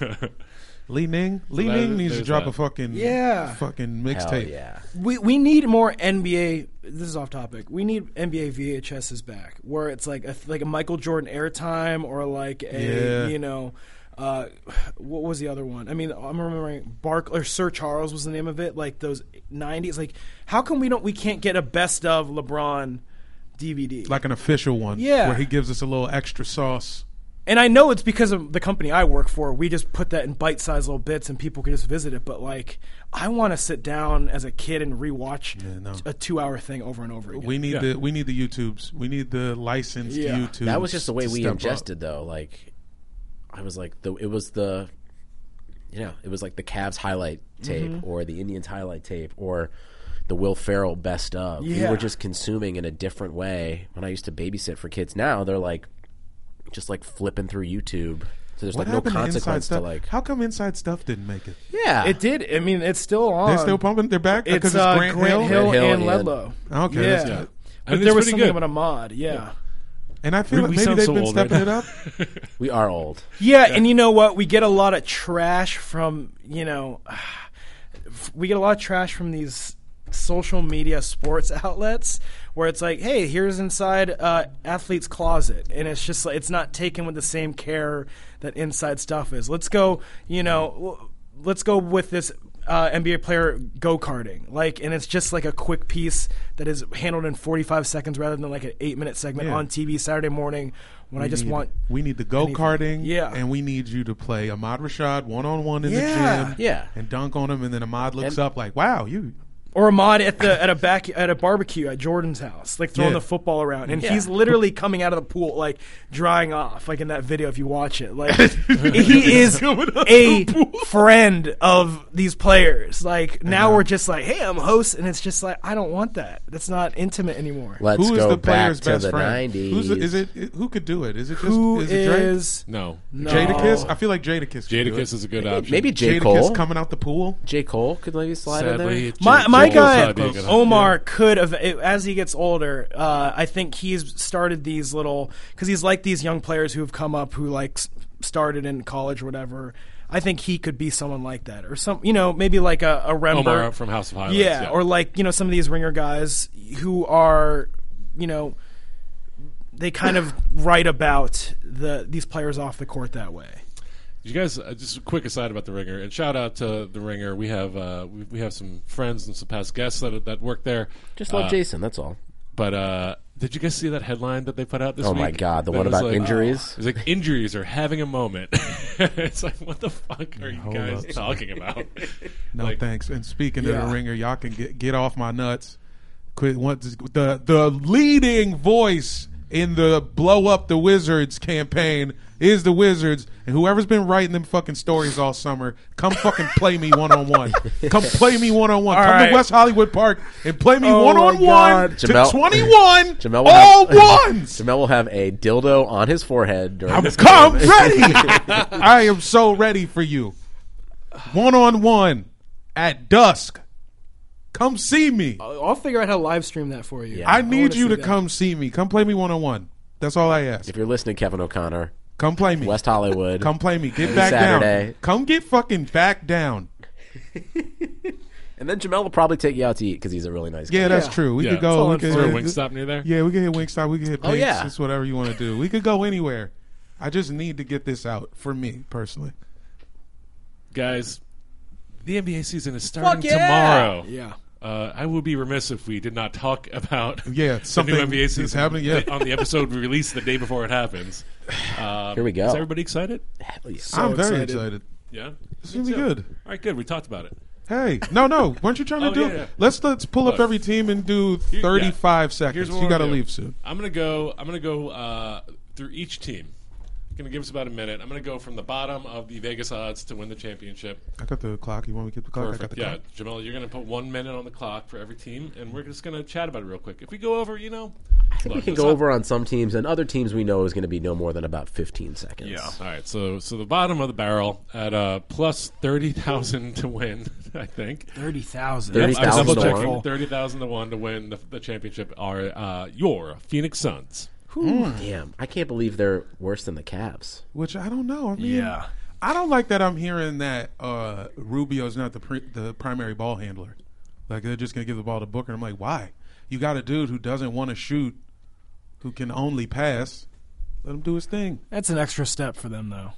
S1: Li Ning. Li
S3: So that-
S1: Ning needs to
S3: there's
S1: drop
S3: that.
S1: a fucking
S5: Yeah.
S1: fucking
S2: hell
S1: mixtape.
S2: yeah.
S5: We we need more NBA. This is off topic. We need NBA VHSs back, where it's like a like a Michael Jordan airtime or like a
S1: Yeah.
S5: you know. Uh, what was the other one? I mean, I'm remembering Bark or Sir Charles was the name of it. Like those '90s. Like, how come we don't? We can't get a best of LeBron DVD.
S1: Like an official one.
S5: Yeah.
S1: Where he gives us a little extra sauce.
S5: and I know it's because of the company I work for. We just put that in bite-sized little bits, and people can just visit it. But like, I want to sit down as a kid and rewatch
S1: no.
S5: a two-hour thing over and over again.
S1: We need
S3: Yeah.
S1: the we need the YouTubes. We need the licensed
S5: Yeah.
S1: YouTubes.
S2: That was just the way
S1: to
S2: we
S1: step up.
S2: ingested, though. Like, I was like, the it was the, you know, it was like the Cavs highlight tape
S1: Mm-hmm.
S2: or the Indians highlight tape or the Will Ferrell best of. We
S5: Yeah.
S2: were just consuming in a different way. When I used to babysit for kids, now they're like, just like flipping through YouTube. So there's
S1: What
S2: like no
S1: happened to inside
S2: consequence to
S1: stuff?
S2: like,
S1: How come inside stuff didn't make it?
S2: yeah,
S5: It did. I mean, it's still on.
S1: They're still pumping. They're back
S5: It's,
S1: because
S5: uh,
S1: it's
S5: Grant,
S1: Grant,
S5: Hill,
S2: Grant Hill
S5: and
S2: and-
S5: Ledlow.
S1: Okay,
S5: yeah.
S1: that's good.
S5: But
S3: it's
S5: there was
S3: pretty
S5: something
S3: good.
S5: about a mod. Yeah.
S1: And I feel
S3: We-
S1: like
S3: we
S1: maybe
S3: sound
S1: they've
S3: so
S1: been
S3: old right
S1: stepping it
S3: now.
S1: up.
S2: we are old.
S5: yeah. And you know what? We get a lot of trash from you know, we get a lot of trash from these social media sports outlets where it's like, hey, here's inside uh, athlete's closet, and it's just like it's not taken with the same care that inside stuff is. Let's go. You know, w- let's go with this. Uh, NBA player go karting, like, and it's just like a quick piece that is handled in 45 seconds rather than like an eight minute segment
S1: Yeah.
S5: on TV Saturday morning when I just
S1: need-
S5: want
S1: We need the go karting.
S5: Yeah.
S1: And we need you to play Ahmad Rashad one on one in
S5: Yeah.
S1: the gym.
S2: Yeah.
S1: And dunk on him, and then Ahmad looks
S2: And-
S1: up like, "Wow, you."
S5: or a mod at the at a back at a barbecue at Jordan's house, like throwing
S1: Yeah.
S5: the football around, and
S2: Yeah.
S5: he's literally coming out of the pool like drying off, like in that video if you watch it. Like he is a friend of these players. Like now
S1: Uh-huh.
S5: we're just like, hey, I'm a host, and it's just like I don't want that. That's not intimate anymore.
S2: Let's
S1: Who is
S2: go
S1: the
S2: back
S1: player's
S2: to
S1: best
S2: the
S1: friend?
S2: '90s.
S1: Who's the, is it? Who could do it? Is it just
S5: Who
S1: is it Drake?
S5: is
S3: no.
S5: no.
S1: Jadakiss? I feel like Jadakiss. could do
S3: Jadakiss
S1: it.
S3: is a good option.
S2: Maybe J
S1: Jadakiss
S2: uh, Cole.
S1: coming out the pool.
S2: J Cole could maybe slide in there.
S3: sadly, it's
S5: My
S3: J-
S5: my
S3: J. Cole's
S5: guy
S3: not being good.
S5: Omar could have as he gets older. Uh, I think he's started these little because he's like these young players who have come up who like s- started in college or whatever. I think he could be someone like that or some you know maybe like a, a Rembert
S3: Omar from House of Highlights.
S5: yeah, or like you know some of these ringer guys who are you know they kind of write about the these players off the court that way.
S3: Did you guys, uh, just a quick aside about the Ringer, and shout out to the Ringer. We have uh, we, we have some friends and some past guests that that work there.
S2: Just love
S3: Uh,
S2: Jason. That's all.
S3: But uh, did you guys see that headline that they put out this
S2: Oh
S3: week?
S2: my God, the
S3: That
S2: one
S3: was
S2: about
S3: like-
S2: injuries?
S3: It's like injuries are having a moment. it's like what the fuck are you guys talking about?
S1: No
S3: Like-
S1: thanks. And speaking of
S5: Yeah.
S1: the ringer, y'all can get get off my nuts. Quit once the the leading voice in the blow up the wizards campaign is the wizards and whoever's been writing them fucking stories all summer come fucking play me one on one come play me one on one come
S5: right.
S1: to west hollywood park and play me
S5: Oh
S1: one
S5: my
S1: on one
S5: God.
S1: to
S2: Jamel-
S1: 21
S2: Jamel will
S1: all
S2: have-
S1: ones
S2: Jamel will have a dildo on his forehead during this.
S1: come ready i am so ready for you one on one at dusk Come see me.
S5: I'll figure out how to live stream that for you.
S2: Yeah.
S1: I need
S5: Oh, wanna
S1: you
S5: see
S1: to
S5: that.
S1: come see me. Come play me one on one. That's all I ask.
S2: If you're listening, Kevin O'Connor,
S1: Come play me.
S2: West Hollywood.
S1: Come play me. Get back down.
S2: Saturday.
S1: Come get fucking back down.
S2: and then Jamel will probably take you out to eat because he's a really nice
S1: Yeah,
S2: guy.
S1: that's
S5: Yeah.
S1: true. We
S3: yeah.
S1: could go. We
S3: Is there a
S1: could,
S3: wing stop near there?
S1: Yeah, we could hit Wingstop. We could hit Pace.
S2: Oh, yeah.
S1: It's whatever you want to do. We could go anywhere. I just need to get this out for me personally.
S3: Guys, the NBA season is starting
S2: yeah.
S3: tomorrow.
S5: Yeah.
S3: Uh, I would be remiss if we did not talk about
S1: Yeah, something
S3: the new NBA
S1: that's
S3: season
S1: happening, yeah.
S3: on the episode we released the day before it happens. Um,
S2: Here we go.
S3: Is everybody excited?
S2: Hell yeah.
S1: I'm very
S5: excited.
S1: excited.
S3: Yeah.
S1: It's gonna be good.
S3: All right, good. We talked about it.
S1: Hey, no, no. Weren't you trying to
S3: Oh,
S1: do?
S3: yeah, yeah.
S1: Let's let's pull up
S3: Look.
S1: every team and do
S3: Here- yeah.
S1: 35 seconds.
S3: Here's what
S1: You
S3: we're
S1: got to
S3: gonna do.
S1: leave soon.
S3: I'm gonna go. I'm gonna go uh, through each team. Gonna give us about a minute. I'm gonna go from the bottom of the Vegas odds to win the championship.
S1: I got the clock. You want me to get the clock? I got
S3: Perfect.
S1: the
S3: Yeah,
S1: clock.
S3: Jamel, you're gonna put one minute on the clock for every team, and we're just gonna chat about it real quick. If we go over, you know,
S2: We
S3: look,
S2: can
S3: it's
S2: go
S3: not-
S2: over on some teams, and other teams we know is going to be no more than about 15 seconds.
S3: Yeah. All right. So so the bottom of the barrel at uh, plus thirty thousand to win. I think.
S5: Thirty thousand.
S2: 30,000
S3: double
S2: to
S3: checking.
S2: one.
S3: Thirty thousand to one to win the, the championship are uh, your Phoenix Suns. Hmm.
S2: Damn, I can't believe they're worse than the Cavs.
S1: Which I don't know. I mean,
S5: Yeah.
S1: I don't like that. I'm hearing that uh, Rubio's not the pri- the primary ball handler. Like they're just gonna give the ball to Booker. I'm like, why? You got a dude who doesn't want to shoot, who can only pass. Let him do his thing.
S5: That's an extra step for them, though.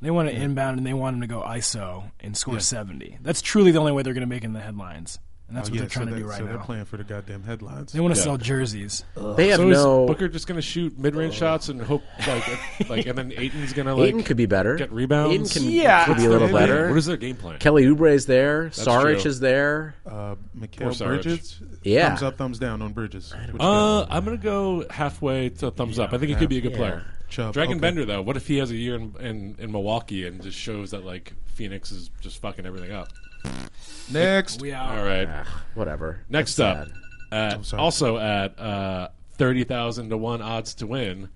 S5: They want to inbound and they want him to go ISO and score 70. That's truly the only way they're going to make it in the headlines. And that's what they're
S1: Oh, so
S5: trying
S1: that-
S5: to do right
S1: so they're
S5: now.
S1: playing for the goddamn headlines.
S5: They want to sell jerseys.
S2: They have
S3: So
S2: no.
S3: is Booker just going to shoot mid-range shots and hope like like and then Aiton's going to like
S2: Aiden could be better.
S3: get rebounds?
S2: Aiden can,
S5: Yeah.
S2: could be a little
S1: That's the idea.
S2: better.
S3: What is their game plan?
S2: Kelly Oubre is there. Saric
S3: true.
S2: is there.
S1: Uh, Mikhail
S3: Poor Sarge.
S1: Bridges.
S2: Yeah.
S1: Thumbs up, thumbs down on Bridges. What you got?
S3: Uh, I'm going to go halfway to thumbs up. I think he could be a good player.
S1: Chubb,
S3: Dragon
S1: okay.
S3: Bender though, what if he has a year in, in in Milwaukee and just shows that like Phoenix is just fucking everything up?
S1: Next.
S5: We
S3: All
S5: out.
S3: right.
S2: Ah, whatever.
S3: Next
S2: That's
S3: up,
S2: sad.
S3: at,
S1: sorry.
S3: also at uh, 30,000 to 1 odds to win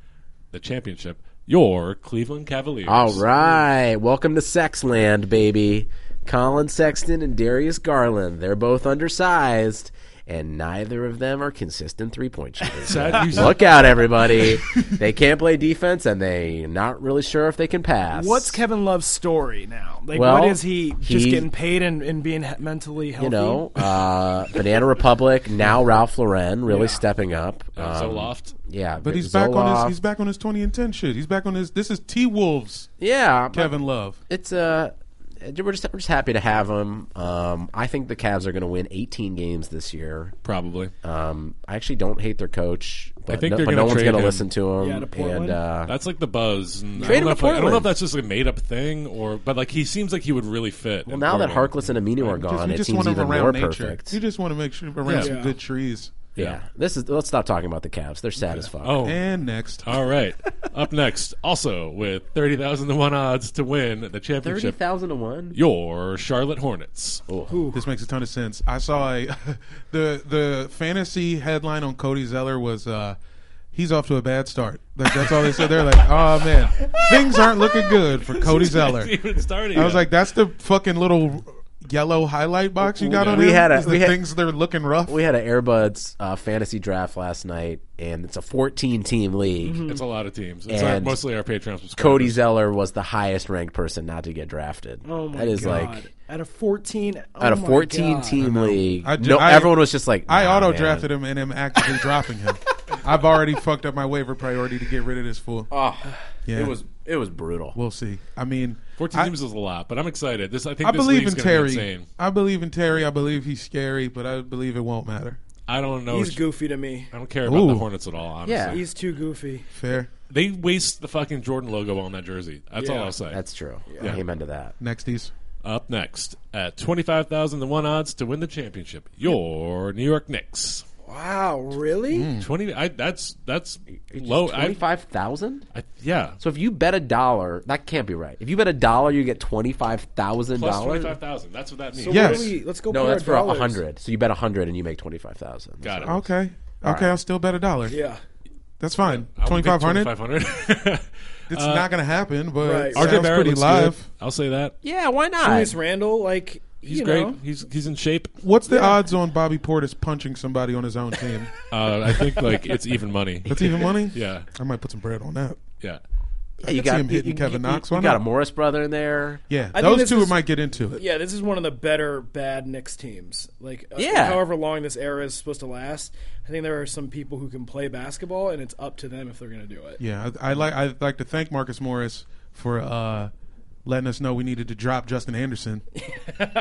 S3: the championship, your Cleveland Cavaliers.
S2: All right. Welcome to Sexland, baby. Colin Sexton and Darius Garland. They're both undersized, and neither of them are consistent three point shooters.
S3: Sad you-
S2: Look out, everybody. they can't play defense, and they're not really sure if they can pass.
S5: What's Kevin Love's story now? Like,
S2: Well,
S5: what is he just
S2: he-
S5: getting paid and, and being he- mentally healthy?
S2: You know, uh, Banana Republic, now Ralph Lauren, really stepping up.
S3: Uh,
S2: Um,
S3: Zoloft.
S2: Yeah.
S1: But he's back on his
S2: Zoloft.
S1: he's back on his twenty and ten shit. He's back on his this is T Wolves
S2: Yeah. but-
S1: Kevin Love.
S2: it's uh we're just we're just happy to have him. Um, I think the Cavs are going to win 18 games this year.
S3: Probably.
S2: Um, I actually don't hate their coach, but
S3: think
S2: no,
S3: they're
S2: but
S3: gonna
S2: no one's
S3: trade
S2: going to
S3: him.
S2: listen to him.
S5: Yeah, to Portland?
S2: and uh,
S3: That's like the buzz. And I,
S2: Trade
S3: don't
S2: him
S3: know
S2: to
S3: if, like, I don't know if
S2: Portland.
S3: that's just like a made up thing or, but like he seems like he would really fit.
S2: well, now that Harkless and Aminu are
S1: Just-
S2: gone,
S1: you
S2: it
S1: just
S2: seems
S1: want him
S2: even
S1: around
S2: more
S1: nature.
S2: perfect.
S1: You just want to make sure around some good trees.
S2: yeah. this is. Let's stop talking about the Cavs. They're sad as fuck.
S3: Oh,
S1: And next.
S3: all right. Up next, also with 30,000 to 1 odds to win the championship,
S2: thousand to one.
S3: your Charlotte Hornets.
S1: This makes a ton of sense. I saw a, the the fantasy headline on Cody Zeller was uh, he's off to a bad start. Like that's all they said. They're like, oh man, things aren't looking good for Cody Zeller.
S3: Even starting
S1: I was
S3: yet.
S1: like, that's the fucking little yellow highlight box you got on
S2: We
S1: him?
S2: had a-
S1: Is the
S2: we had-
S1: things that are looking rough.
S2: We had an Airbuds uh, fantasy draft last night, and it's a 14 team league.
S3: it's a lot of teams. It's
S2: And
S3: like mostly our Patreon subscribers.
S2: Cody Zeller was the highest ranked person not to get drafted.
S5: Oh my
S2: that is
S5: God.
S2: like
S5: at a 14 oh
S2: out of
S5: my
S2: 14
S5: God.
S2: team league.
S1: I ju-
S2: no,
S1: I-
S2: everyone was just like,
S1: I
S2: nah,
S1: auto
S2: man.
S1: drafted him and am actively dropping him. I've already fucked up my waiver priority to get rid of this fool.
S2: Uh,
S1: yeah,
S2: It was it was brutal.
S1: We'll see. I mean,
S3: 14
S1: I-
S3: teams is a lot, but I'm excited. This I think
S1: I
S3: this
S1: believe in
S3: league's gonna be
S1: Terry.
S3: insane.
S1: I believe in Terry. I believe he's scary, but I believe it won't matter.
S3: I don't know.
S5: He's goofy to me.
S3: I don't care about the
S1: Ooh.
S3: Hornets at all. Honestly.
S2: Yeah.
S5: He's too goofy.
S1: Fair.
S3: they waste the fucking Jordan logo on that jersey. That's all I'll say.
S2: That's true. Amen to that.
S1: Nexties.
S3: Up next at 25,000 to 1 odds to win the championship. Your New York Knicks.
S5: Wow, really?
S1: Mm.
S3: 20 I that's that's low.
S2: Twenty
S3: I,
S2: five thousand.
S3: I yeah.
S2: So if you bet a dollar, that can't be right. If you bet a dollar, you get twenty five thousand
S3: Plus
S2: dollars.
S3: 25,000. That's what that means.
S5: So
S1: Yes.
S5: what do we, let's go.
S2: No,
S5: play
S2: that's
S5: our
S2: for a
S5: dollars.
S2: hundred. So you bet a hundred and you make twenty five thousand.
S3: Got it.
S1: Okay. Okay, I'll still bet a dollar.
S5: Yeah.
S1: That's fine.
S3: I
S1: Twenty
S3: would pick
S1: five hundred.
S3: 2500.
S1: It's not gonna happen, but
S5: Right.
S1: it
S5: RJ
S1: sounds
S3: Barrett
S1: pretty
S3: looks
S1: live.
S3: good. I'll say that.
S2: Yeah, why not?
S5: Julius Randle, like
S3: He's
S5: You
S3: great.
S5: know.
S3: He's he's in shape.
S1: What's the odds on Bobby Portis punching somebody on his own team?
S3: Uh, I think like it's even money.
S1: That's even money.
S3: Yeah,
S1: I might put some bread on that.
S3: yeah.
S2: you
S1: see him hitting Kevin Knox,
S2: You,
S1: why
S2: got
S1: not?
S2: a Morris brother in there.
S1: Yeah,
S5: I think
S1: those
S5: this
S1: two
S5: is-
S1: might get into it.
S5: Yeah, this is one of the better bad Knicks teams. Like, uh,
S2: Yeah.
S5: however long this era is supposed to last, I think there are some people who can play basketball, and it's up to them if they're going to do it.
S1: Yeah, I, I like. I'd like to thank Marcus Morris for uh, letting us know we needed to drop Justin Anderson.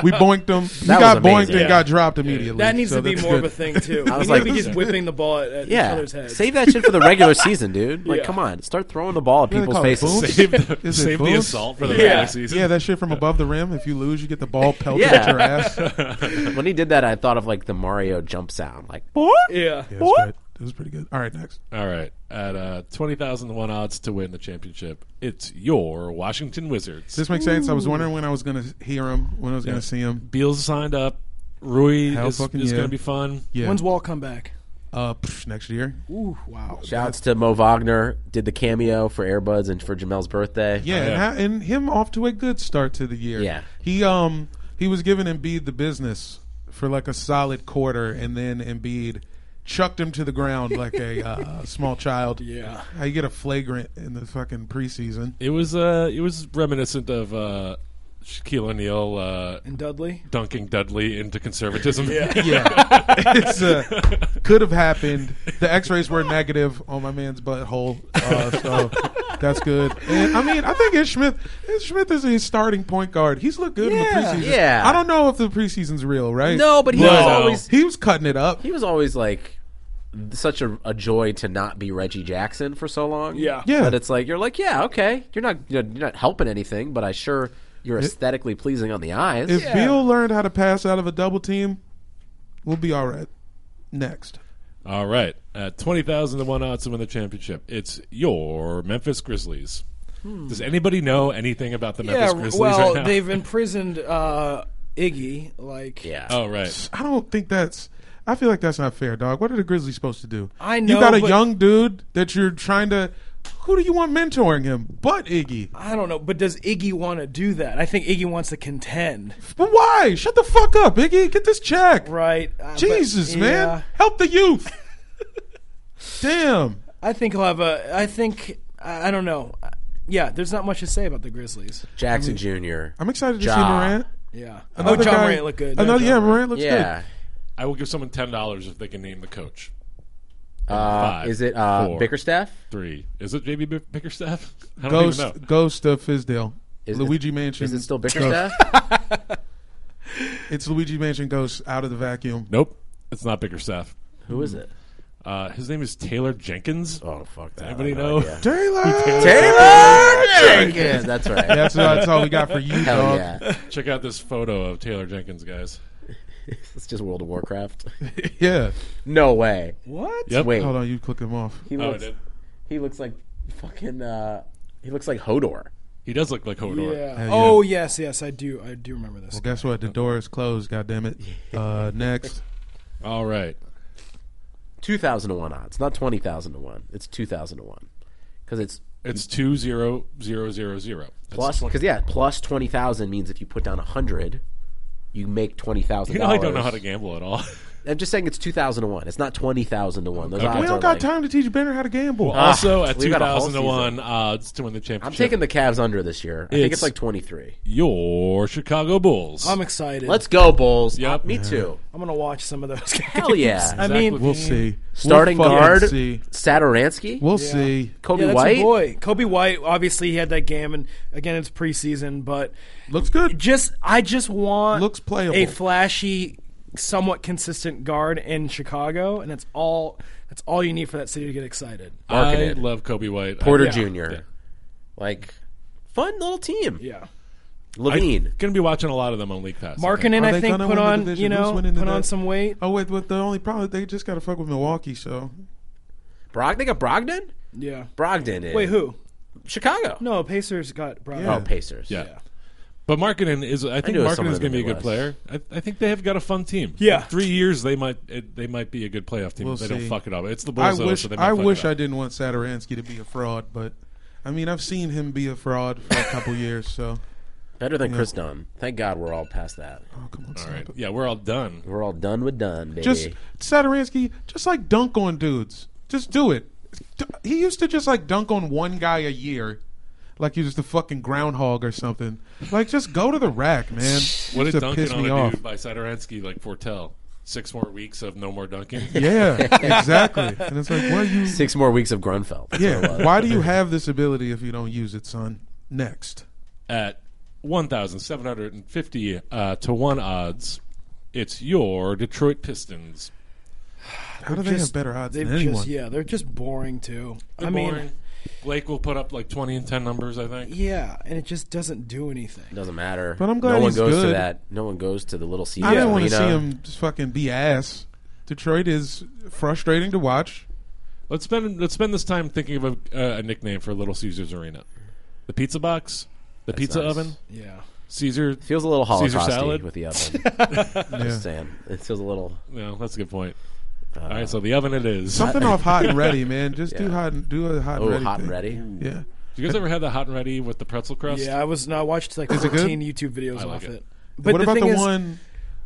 S1: we boinked him. He
S2: That
S1: got
S2: was
S1: boinked
S2: amazing.
S1: and got dropped immediately.
S5: That needs
S1: so
S5: to be
S1: that's
S5: more of
S1: good.
S5: a thing too. I
S2: was
S5: was
S2: like-
S5: like, just whipping the ball at, at each
S2: Yeah,
S5: other's heads.
S2: save that shit for the regular season, dude. Like, come on, start throwing the ball at
S1: What do they
S2: people's
S1: call it,
S2: faces.
S1: boobs?
S3: Save the,
S1: Is it
S3: save the
S1: Bulls?
S3: assault for the
S5: Yeah.
S3: regular season.
S1: Yeah, that shit from above the rim. If you lose, you get the ball pelted
S2: Yeah.
S1: at your ass. That's
S2: when he did that, I thought of like the Mario jump sound, like "Boop."
S5: yeah.
S1: right. That was pretty good. All right, next.
S3: All right. At uh, 20,000 to 1 odds to win the championship, it's your Washington Wizards.
S1: This makes sense. I was wondering when I was going to hear him, when I was going to see him.
S3: Beal's signed up. Rui
S1: Hell
S3: is,
S1: fucking
S3: is
S1: yeah.
S3: going to be fun.
S1: Yeah.
S5: When's Wall come back?
S1: uh, psh, next year?
S5: Ooh, wow.
S2: Shouts to Mo Wagner, did the cameo for Airbuds and for Jamel's birthday.
S1: Yeah, and, ha- and him off to a good start to the year.
S2: Yeah.
S1: he um he was giving Embiid the business for like a solid quarter, and then Embiid chucked him to the ground like a uh, small child.
S5: Yeah.
S1: how you get a flagrant in the fucking preseason?
S3: It was uh, it was reminiscent of uh, Shaquille O'Neal uh,
S5: And Dudley?
S3: dunking Dudley into conservatism.
S1: Yeah, it's uh, could have happened. The X-rays were negative on my man's butthole, uh, so that's good. And I mean, I think Ish Smith, Ish Smith is his starting point guard. He's looked good
S2: Yeah.
S1: in the preseason.
S2: Yeah.
S1: I don't know if the preseason's real, right?
S2: No, but he
S3: No.
S2: was always
S1: he was cutting it up.
S2: he was always like such a, a joy to not be Reggie Jackson for so long.
S5: Yeah.
S1: Yeah.
S2: But it's like you're like, yeah, okay, you're not you're not helping anything, but I sure you're aesthetically pleasing on the eyes.
S1: If Beal learned how to pass out of a double team, we'll be all right. Next.
S3: All right. At 20,000 to 1 odds to win the championship, it's your Memphis Grizzlies.
S1: Hmm.
S3: Does anybody know anything about the Memphis Grizzlies
S5: well,
S3: right now?
S5: they've imprisoned uh, Iggy. Like,
S2: yeah.
S3: Oh, right.
S1: I don't think that's. I feel like that's not fair, dog. What are the Grizzlies supposed to do?
S5: I
S1: You
S5: know,
S1: got a
S5: but-
S1: young dude that you're trying to. Who do you want mentoring him? But Iggy.
S5: I don't know, but does Iggy want to do that? I think Iggy wants to contend,
S1: But why? Shut the fuck up, Iggy. Get this check.
S5: right? Uh, but-
S1: Jesus, man.
S5: yeah.
S1: Help the youth. Damn.
S5: I think he'll have a. I think I I don't know. Uh, Yeah, there's not much to say about the Grizzlies.
S2: Jackson Jr.
S1: I'm excited to see
S2: Ja.
S1: Morant.
S5: Yeah.
S1: Another
S5: oh, John
S1: guy-
S5: Morant looked good.
S1: Another,
S5: John
S1: yeah,
S5: Morant.
S1: Morant looks
S2: yeah.
S3: I will give someone $10 if they can name the coach.
S2: Uh,
S3: Five,
S2: is it uh,
S3: four,
S2: Bickerstaff?
S3: Three. Is it JB Bick- Bickerstaff? I
S1: good.
S3: don't even know.
S1: Ghost, Ghost of Fizdale.
S2: Is it-
S1: Luigi Mansion.
S2: Is it still Bickerstaff?
S1: It's Luigi Mansion Ghost out of the vacuum.
S3: Nope. It's not Bickerstaff.
S2: Who is it?
S3: Uh, his name is Taylor Jenkins.
S2: Oh fuck that!
S3: Anybody
S2: I have no
S3: know?
S2: idea.
S1: Taylor.
S2: Taylor Jenkins. That's right.
S1: That's, that's all we got for you,
S2: Hell
S1: dog.
S2: yeah!
S3: Check out this photo of Taylor Jenkins, guys.
S2: It's just World of Warcraft.
S1: Yeah.
S2: No way.
S5: What?
S3: Yep.
S2: Wait,
S1: Hold on, you click him off.
S2: he
S3: Oh, it
S2: looks
S3: did.
S2: he looks like fucking uh, he looks like Hodor.
S3: He does look like Hodor.
S5: Yeah.
S1: yeah.
S5: Oh yes, yes, I do. I do remember this.
S1: Well, guess what? The door is closed. God damn it. Uh, next.
S3: All right.
S2: Two thousand to one odds, not twenty thousand to one. It's two thousand to one because it's
S3: It's two zero zero zero zero. That's
S2: plus because yeah, plus twenty thousand means if you put down a hundred, you make twenty thousand.
S3: You know, I don't know how to gamble at all.
S2: I'm just saying it's two thousand to one. It's not twenty thousand to one. Those odds
S1: We
S2: are
S1: don't got
S2: like-
S1: time to teach Banner how to gamble.
S3: also, at
S2: Ah, we
S3: two
S2: got a whole
S3: thousand to one odds to win the championship,
S2: I'm taking the Cavs under this year. I think
S3: It's-
S2: it's like twenty three.
S3: your Chicago Bulls.
S5: I'm excited.
S2: Let's go Bulls.
S3: Yep.
S2: me too.
S5: I'm gonna watch some of those. Games.
S2: Hell yeah.
S5: I mean,
S3: Exactly.
S1: we'll see.
S2: Starting
S1: we'll fucking
S2: guard
S1: See.
S2: Saturansky,
S1: We'll see.
S2: Kobe
S5: yeah, that's
S2: White.
S5: a boy. Kobe White. Obviously, he had that game, and again, it's preseason, but
S1: Looks good.
S5: just I just want
S1: Looks playable.
S5: a flashy, somewhat consistent guard in Chicago, and that's all. That's all you need for that city to get excited.
S3: I
S2: Marketed.
S3: love Kobe White.
S2: Porter
S3: I,
S2: Jr. Like fun little team.
S5: Yeah,
S2: Levine.
S3: Gonna be watching a lot of them on League Pass.
S5: Markkinen,
S1: Are
S5: I
S1: they
S5: think
S1: gonna
S5: put
S1: win the
S5: on
S1: division?
S5: you know
S1: Who's winning the
S5: put on
S1: div-
S5: some weight.
S1: Oh wait, but the only problem they just got to fuck with Milwaukee. So
S2: Brog they got Brogdon?
S5: Yeah.
S2: Brogdon is
S5: Wait, who?
S2: Chicago.
S5: No, Pacers got brought
S2: Oh
S5: up.
S2: Pacers.
S3: Yeah. yeah. But marketing is. I think
S2: knew it was
S3: marketing
S2: someone
S3: is
S2: in
S3: going
S2: the
S3: to be a good player.
S2: Midwest.
S3: I, I think they have got a fun team.
S5: Yeah.
S3: In three years they might it, they might be a good playoff team.
S1: We'll
S3: if they
S1: see.
S3: don't fuck it up. It's the
S1: I
S3: Bulls. though,
S1: wish
S3: so they might
S1: I
S3: fuck it
S1: wish
S3: up.
S1: I didn't want Saturansky to be a fraud, but I mean I've seen him be a fraud for a couple years. So
S2: Better than Chris Dunn. Thank God we're all past that.
S1: Oh, come on,
S3: All
S1: stop
S3: right.
S1: it.
S3: Yeah, we're all done.
S2: We're all done with Dunn, baby.
S1: Just Saturansky, just like dunk on dudes. Just do it. D- He used to just like dunk on one guy a year. Like he was the fucking groundhog or something. Like, just go to the rack, man.
S3: What
S1: Used
S3: is
S1: to
S3: dunking
S1: piss
S3: on
S1: me
S3: a
S1: off.
S3: dude by Sadoransky like Fortell? Six more weeks of no more dunking.
S1: Yeah, exactly. And it's like, why are you?
S2: six more weeks of Grunfeld. uh,
S1: Yeah, why do you have this ability if you don't use it, son? Next,
S3: at 1,750 uh, to 1 odds, it's your Detroit Pistons.
S1: how do they have better odds
S5: They've
S1: than
S5: just
S1: anyone?
S5: yeah, they're just boring too.
S3: They're
S5: I mean,
S3: boring. Blake will put up like 20 and 10 numbers, I think.
S5: yeah, and it just doesn't do anything.
S2: Doesn't matter.
S1: But I'm glad
S2: no one
S1: he's
S2: goes to
S1: good.
S2: that. No one goes to the little Caesars
S1: I didn't want to
S2: Arena.
S1: see him just fucking be ass. Detroit is frustrating to watch.
S3: Let's spend let's spend this time thinking of a, uh, a nickname for Little Caesars Arena. The pizza box, the pizza
S2: nice.
S3: oven,
S5: Yeah,
S3: Caesar.
S2: Feels a little
S3: Caesar
S2: Holocausty
S3: salad.
S2: with the oven. Just saying, it feels a little.
S3: No, that's a good point.
S5: Uh,
S3: All right, so the oven it is.
S1: Something off hot and ready, man. Just do
S2: Yeah.
S1: hot, and, do a hot
S2: Oh,
S1: and ready.
S2: hot and
S1: thing.
S2: ready.
S1: Yeah.
S3: Do you guys ever have the hot and ready with the pretzel crust?
S5: yeah. I was no, I watched like
S1: Is it good?
S5: 14 YouTube videos
S3: I like
S5: off
S3: it.
S5: it. But
S1: what
S5: the
S1: about
S5: thing
S1: the
S5: is,
S1: one,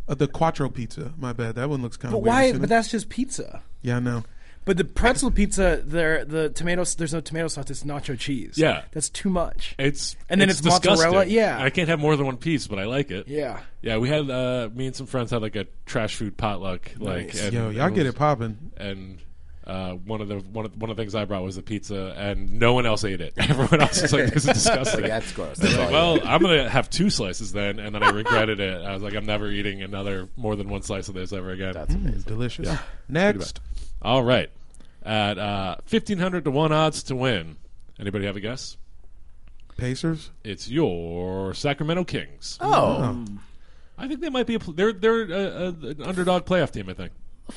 S1: Oh, uh, the quattro pizza? My bad. That one looks kind of
S5: But
S1: weird.
S5: why?
S1: isn't
S5: But
S1: it?
S5: that's just pizza.
S1: yeah, I know.
S5: But the pretzel pizza, there the tomatoes. There's no tomato sauce. It's nacho cheese.
S3: Yeah.
S5: that's too much.
S3: It's
S5: And then it's mozzarella,
S3: disgusting.
S5: yeah.
S3: I can't have more than one piece, but I like it.
S5: Yeah,
S3: Yeah, we had uh, me and some friends had like a trash food potluck. Like,
S5: Nice.
S3: and
S1: Yo, y'all get it
S3: was-
S1: popping.
S3: and uh, one of the one of, one of the things I brought was the pizza, and no one else ate it. Everyone else was like, "This is disgusting."
S2: Like, that's gross.
S3: I was
S2: That's
S3: like,
S2: all
S3: well, I'm gonna have two slices then, and then I regretted it. I was like, I'm never eating another more than one slice of this ever again.
S2: That's amazing.
S1: Mm, Delicious. Next,
S3: All right, at uh, fifteen hundred to one odds to win. Anybody have a guess?
S1: Pacers.
S3: It's your Sacramento Kings.
S2: Oh,
S3: I think they might be a pl- they're they're uh, uh, an underdog playoff team. I think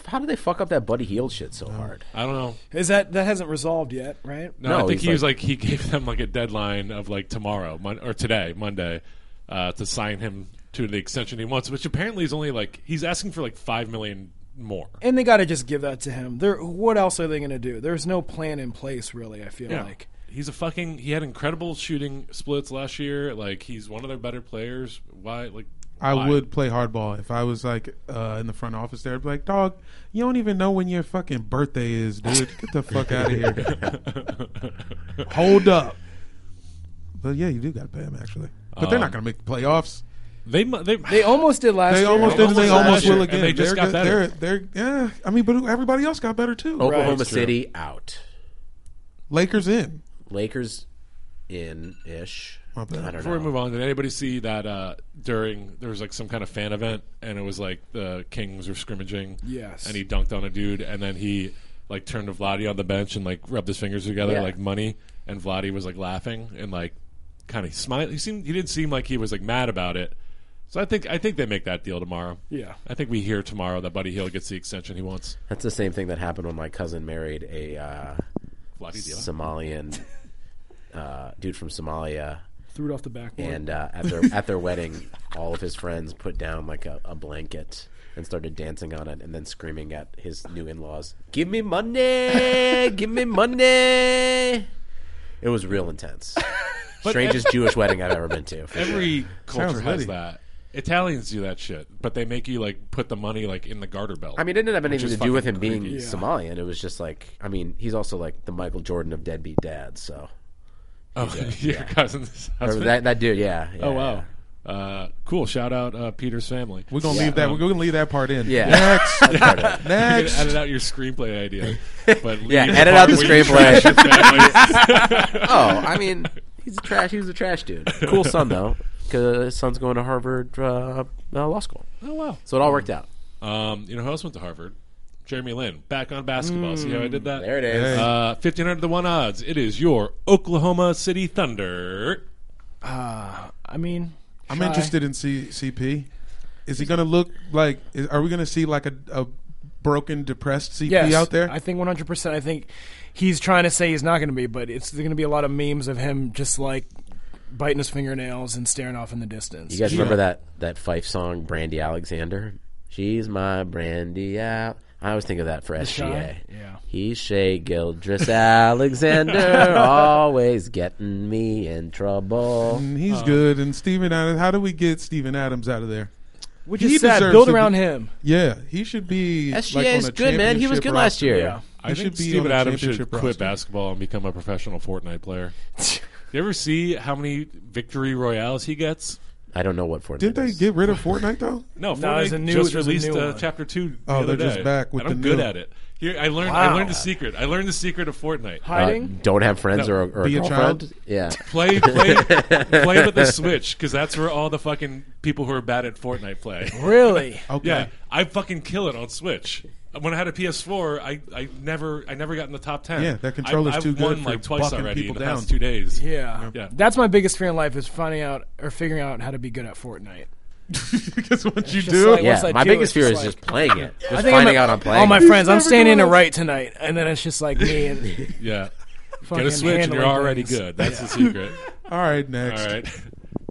S2: how do they fuck up that Buddy Heald shit
S1: Oh.
S2: so hard?
S3: I don't know.
S5: is that that hasn't resolved yet, right?
S3: No, I
S2: No,
S3: think
S2: he's
S3: he was like he gave them like a deadline of like tomorrow mon- or today, Monday, uh, to sign him to the extension he wants, which apparently is only like he's asking for like five million more.
S5: And they got to just give that to him. There, what else are they going to do? There's no plan in place, really. I feel like.
S3: he's a fucking he had incredible shooting splits last year. Like he's one of their better players. Why like
S1: I
S3: why?
S1: would play hardball if I was like uh, in the front office there. I'd be like, dog, you don't even know when your fucking birthday is, dude. Get the fuck out of here. Hold up. But yeah, you do got to pay them actually. But
S3: Uh,
S1: they're not going to make the playoffs.
S3: they mu- they
S5: They almost did last
S1: They
S5: year.
S1: almost did. and They
S3: Almost
S1: almost
S3: last year,
S1: will
S3: and
S1: again.
S3: they just
S1: are
S3: got better.
S1: They're, they're yeah. I mean, but everybody else got better too.
S2: Oklahoma
S5: Right.
S2: City out.
S1: Lakers in.
S2: Lakers in ish. I
S1: My bad.
S2: don't
S3: Before we
S2: know.
S3: move on, did anybody see that uh, during there was like some kind of fan event and it was like the Kings were scrimmaging?
S5: Yes.
S3: And he dunked on a dude and then he like turned to Vladdy on the bench and like rubbed his fingers together
S2: Yeah.
S3: like money and Vladdy was like laughing and like kind of smiled. He seemed he didn't seem like he was like mad about it. So I think I think they make that deal tomorrow.
S5: Yeah.
S3: I think we hear tomorrow that Buddy Hill gets the extension he wants.
S2: That's the same thing that happened when my cousin married a uh,
S3: Vladdy deal.
S2: Somalian uh, dude from Somalia.
S5: Threw it off the backboard.
S2: and uh, at their at their wedding, all of his friends put down like a, a blanket and started dancing on it, and then screaming at his new in laws, "Give me money! Give me money!" It was real intense. Strangest Jewish wedding I've ever been to. for sure.
S3: Every culture
S1: Sounds
S3: has
S1: witty.
S3: that. Italians do that shit, but they make you like put the money like in the garter belt.
S2: I mean, it didn't have anything
S3: is
S2: to do with him
S3: fucking
S2: being
S3: creepy.
S2: Somalian. It was just like, I mean, he's also like the Michael Jordan of deadbeat dads. So
S3: Oh, your cousin's
S2: Or
S3: husband.
S2: that that dude, yeah. yeah,
S3: oh wow, uh, cool! Shout out uh, Peter's family.
S1: We're gonna leave that. We're gonna leave that part in.
S2: Yeah.
S1: Next.
S2: yeah. Part of it.
S3: You can
S1: Next.
S3: edit out your screenplay idea. But
S2: Yeah,
S3: leave
S2: edit
S3: part
S2: out the
S3: where you
S2: screenplay.
S3: trash your family.
S2: Oh, I mean, he's a trash. He was a trash dude. Cool son though, because his son's going to Harvard uh, uh, law school.
S3: oh wow.
S2: So it all worked out.
S3: Um, you know who else went to Harvard? Jeremy Lin. Back on basketball. See how I did that?
S2: There it is.
S3: Uh, Fifteen hundred to one odds. It is your Oklahoma City Thunder.
S5: I mean,
S1: I'm
S5: shy.
S1: interested in C- CP. Is he going to look like? Is, are we going to see like a, a broken, depressed CP
S5: Yes,
S1: out there?
S5: I think 100. percent I think he's trying to say he's not going to be, but it's going to be a lot of memes of him just like biting his fingernails and staring off in the distance.
S2: You guys remember that that Fife song, Brandy Alexander? She's my Brandy out. I always think of that for SGA.
S5: Shy? Yeah.
S2: He's Shea Gildress Alexander, always getting me in trouble.
S1: And he's good. And Steven Adams, how do we get Steven Adams out of there?
S5: Which
S1: He
S5: is sad.
S1: deserves
S5: Build
S1: to
S5: around
S1: be-
S5: him.
S1: Yeah, he should be.
S2: SGA
S1: like, on
S2: is
S1: a
S2: good, man. He was
S1: championship
S2: good last
S1: roster.
S2: year.
S5: Yeah.
S1: He
S3: I think
S1: should be on
S3: Steven
S1: a
S3: Adams should
S1: championship
S3: quit
S1: roster.
S3: basketball and become a professional Fortnite player. you ever see how many victory royales he gets?
S2: I don't know what Fortnite
S1: Didn't they
S2: is.
S1: get rid of Fortnite though?
S3: No,
S5: No,
S3: Fortnite
S5: there's a new-
S3: just
S5: there's a
S3: released
S5: new
S3: uh,
S5: one.
S3: chapter two. the
S1: Oh,
S3: other
S1: they're just
S3: day.
S1: back with
S3: and I'm
S1: the
S3: good
S1: new-
S3: at it. Here, I learned. I
S5: Wow.
S3: learned the secret. I learned the secret of Fortnite.
S2: Uh,
S5: Hiding?
S2: don't have friends
S3: No.
S2: or, or
S1: Be
S2: a
S1: a child?
S2: girlfriend. Yeah,
S3: Play, play, play with the Switch because that's where all the fucking people who are bad at Fortnite play.
S5: really?
S1: Okay.
S3: Yeah, I fucking kill it on Switch. When I had a PS4, I, I never I never got in the top ten.
S1: Yeah, that controller's
S3: I, I've
S1: too good
S3: won
S1: for
S3: like twice
S1: bucking
S3: already in
S1: people
S3: the
S1: down.
S3: past two days.
S5: Yeah.
S3: Yeah.
S5: That's my biggest fear in life is finding out or figuring out how to be good at Fortnite.
S1: Because once you
S5: Just
S1: do,
S5: like-
S2: yeah.
S5: Once I
S2: My
S5: do,
S2: biggest
S5: it's
S2: fear
S5: just
S2: is
S5: like-
S2: just playing it, just
S5: think I'm
S2: finding
S5: a-
S2: out I'm playing.
S5: All my
S2: it.
S5: friends, I'm standing in a right tonight, and then it's just like me and
S3: yeah.
S5: fucking
S3: Get a Switch and
S5: handling
S3: you're already
S5: things.
S3: good. That's the secret.
S1: all right, next.
S3: All right.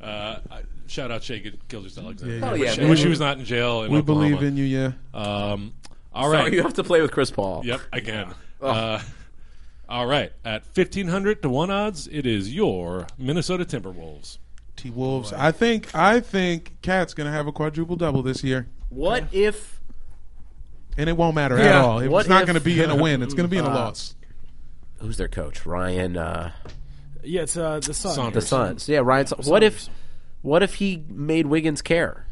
S3: Uh, I- shout out Shay Gilders
S1: Yeah,
S3: Alexander.
S1: yeah.
S2: Hell
S3: I
S2: Oh, yeah,
S3: wish- I
S2: man.
S3: wish she was not in jail. In
S1: We
S3: Oklahoma.
S1: believe in you. Yeah.
S3: Um, all
S2: Oh,
S3: right.
S2: you have to play with Chris Paul.
S3: Yep, I can.
S2: Oh.
S3: Uh, all right. At 1,500 to 1 odds, it is your Minnesota Timberwolves.
S1: T Wolves. I think. I think Cat's gonna have a quadruple double this year,
S2: What if?
S1: and it won't matter at
S5: Yeah.
S1: all. It's
S2: What
S1: not
S2: if-
S1: gonna be in a win. It's gonna be in a loss.
S2: Who's their coach? Ryan. Uh,
S5: Yeah, it's uh, the sun.
S2: the Suns. Yeah, Ryan. Saunders. what if? What if he made Wiggins care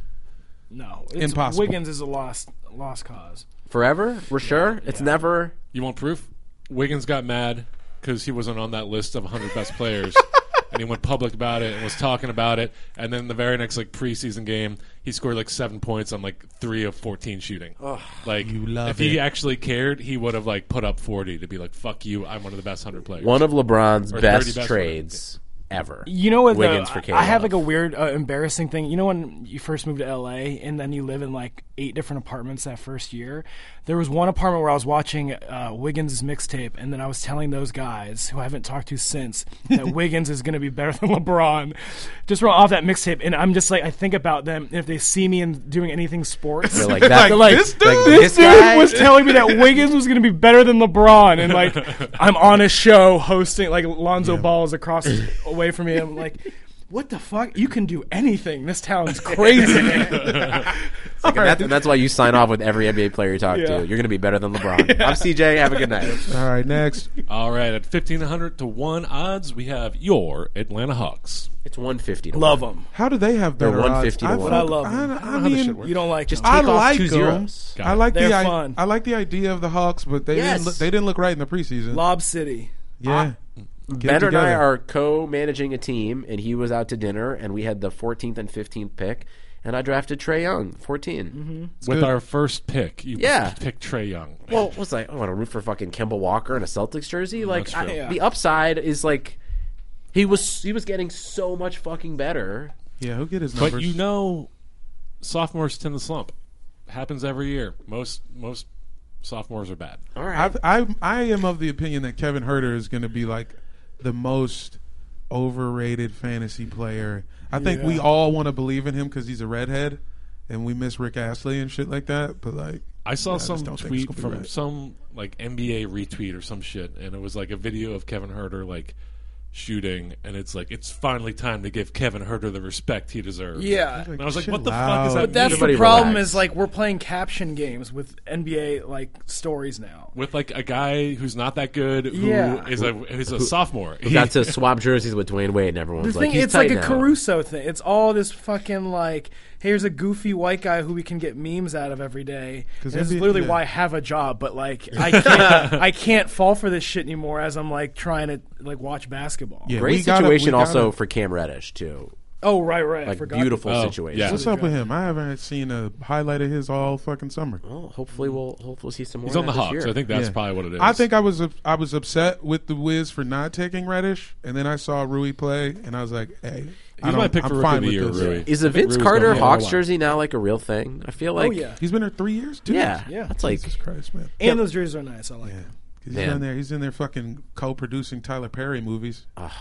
S5: No, it's,
S1: Impossible.
S5: Wiggins is a lost lost cause.
S2: forever? We're sure it's never.
S3: You want proof? Wiggins got mad because he wasn't on that list of 100 best players. And he went public about it and was talking about it. And then the very next like preseason game, he scored like seven points on like three of fourteen shooting. like
S1: love
S3: if he
S1: it.
S3: actually cared, he would have like put up forty to be like, "Fuck you, I'm one of the best hundred players."
S2: One of LeBron's
S3: 30
S2: best,
S3: best
S2: trades ever.
S5: You know what?
S2: Wiggins
S5: though,
S2: for
S5: I-
S2: Kevin
S5: I have
S2: Love.
S5: like a weird, uh, embarrassing thing. You know when you first moved to LA and then you live in like eight different apartments that first year. There was one apartment where I was watching uh, Wiggins' mixtape, and then I was telling those guys who I haven't talked to since that Wiggins is going to be better than LeBron, just from off that mixtape. And I'm just like, I think about them, and if they see me in doing anything sports,
S2: They're like that.
S5: They're like,
S1: this dude-
S2: like,
S5: this,
S2: this guy-
S5: dude was telling me that Wiggins was going to be better than LeBron, and like I'm on a show hosting, like Lonzo Ball is across away from me. I'm like, what the fuck? You can do anything. This town's crazy.
S2: and, that- and that's why you sign off with every NBA player you talk
S5: Yeah.
S2: to. You're going to be better than LeBron. I'm CJ. Have a good night.
S1: All right, next.
S3: All right, at fifteen hundred to one odds, we have your Atlanta Hawks.
S2: It's 150. To
S5: Love
S2: one.
S5: them.
S1: How do they have
S2: They're
S1: better odds?
S2: 150 to one.
S5: I
S1: fuck-
S5: love 'em.
S1: I, I
S3: how this
S1: mean,
S3: shit works.
S5: You don't like just
S1: I
S2: Take off
S1: like
S2: two
S1: 'em.
S2: zeros.
S3: Got
S1: I
S3: it.
S1: like
S5: They're
S1: the I,
S5: fun.
S1: I like the idea of the Hawks, but they
S2: Yes.
S1: didn't look, they didn't look right in the preseason.
S5: Lob City.
S1: yeah, Get
S2: Ben
S1: it
S2: and I
S1: together.
S2: are co-managing a team, and he was out to dinner, and we had the 14th and 15th pick, and I drafted Trey Young, 14.
S5: Mm-hmm.
S3: With
S1: good.
S3: our first pick, you
S2: Yeah.
S3: picked Trey Young.
S2: Well, Oh, was like, I want to root for fucking Kemba Walker in a Celtics jersey. Like,
S3: that's
S2: I-
S3: true.
S5: Yeah.
S2: the upside is like, he was he was getting so much fucking better.
S1: Yeah, who get his numbers?
S3: But you know, sophomores tend to slump. Happens every year. Most most sophomores are bad.
S2: All right,
S1: I've, I I am of the opinion that Kevin Herter is going to be like the most overrated fantasy player. I think we all want to believe in him because he's a redhead, and we miss Rick Astley and shit like that. But like,
S3: I saw
S1: Yeah, I just
S3: some
S1: don't think it's
S3: tweet
S1: gonna be
S3: from
S1: right.
S3: some like NBA retweet or some shit, and it was like a video of Kevin Herter like shooting, and it's like it's finally time to give Kevin Herter the respect he deserves.
S5: Yeah.
S3: and I was like,
S1: Chill
S3: what the fuck
S1: out.
S3: is that?
S1: But
S5: That's
S3: mean?
S2: Everybody
S5: the problem
S2: relax.
S5: is like we're playing caption games with NBA like stories now.
S3: with like a guy who's not that good, who is
S5: Yeah.
S3: a who's a sophomore.
S2: we got to swap jerseys with Dwayne Wade, and everyone's
S5: The
S2: like,
S5: thing,
S2: he's
S5: it's like
S2: tight
S5: a
S2: now.
S5: Caruso thing. It's all this fucking like, here's a goofy white guy who we can get memes out of every day. And
S1: 'Cause
S5: This is
S1: NBA
S5: literally
S1: yeah.
S5: why I have a job, but like, I can't, I can't fall for this shit anymore. As I'm like trying to like watch basketball.
S1: yeah,
S2: Great
S1: we gotta-
S2: situation
S1: we gotta-
S2: also for Cam Reddish too.
S5: Oh right, right. I
S2: Like
S5: forgot.
S2: beautiful
S3: Oh,
S2: situation.
S3: yeah.
S1: What's up with him? I haven't seen a highlight of his all fucking summer.
S3: Oh,
S2: Well, hopefully we'll hopefully see some more.
S3: He's on the
S2: of that this
S3: Hawks. I think that's
S1: Yeah.
S3: probably what it is.
S1: I think I was up- I was upset with the Wiz for not taking Reddish, and then I saw Rui play, and I was like, "Hey, I
S3: he's my
S1: don't-
S3: pick
S1: I'm
S3: for rookie
S1: fine
S3: of the
S1: with
S3: year.
S1: this.
S3: Rui.
S2: Is a
S3: I think
S2: Vince
S3: Rui's
S2: Carter
S3: gonna be a
S2: Hawks
S3: lot.
S2: jersey now like a real thing? I feel like
S5: Oh yeah,
S1: He's been there three years, dude.
S2: yeah,
S5: Yeah.
S2: That's like
S1: Jesus Christ, man.
S5: and those jerseys are nice. I like. them.
S1: 'Cause He's
S2: Man.
S1: in there. He's in there fucking co-producing Tyler Perry movies.
S3: All right,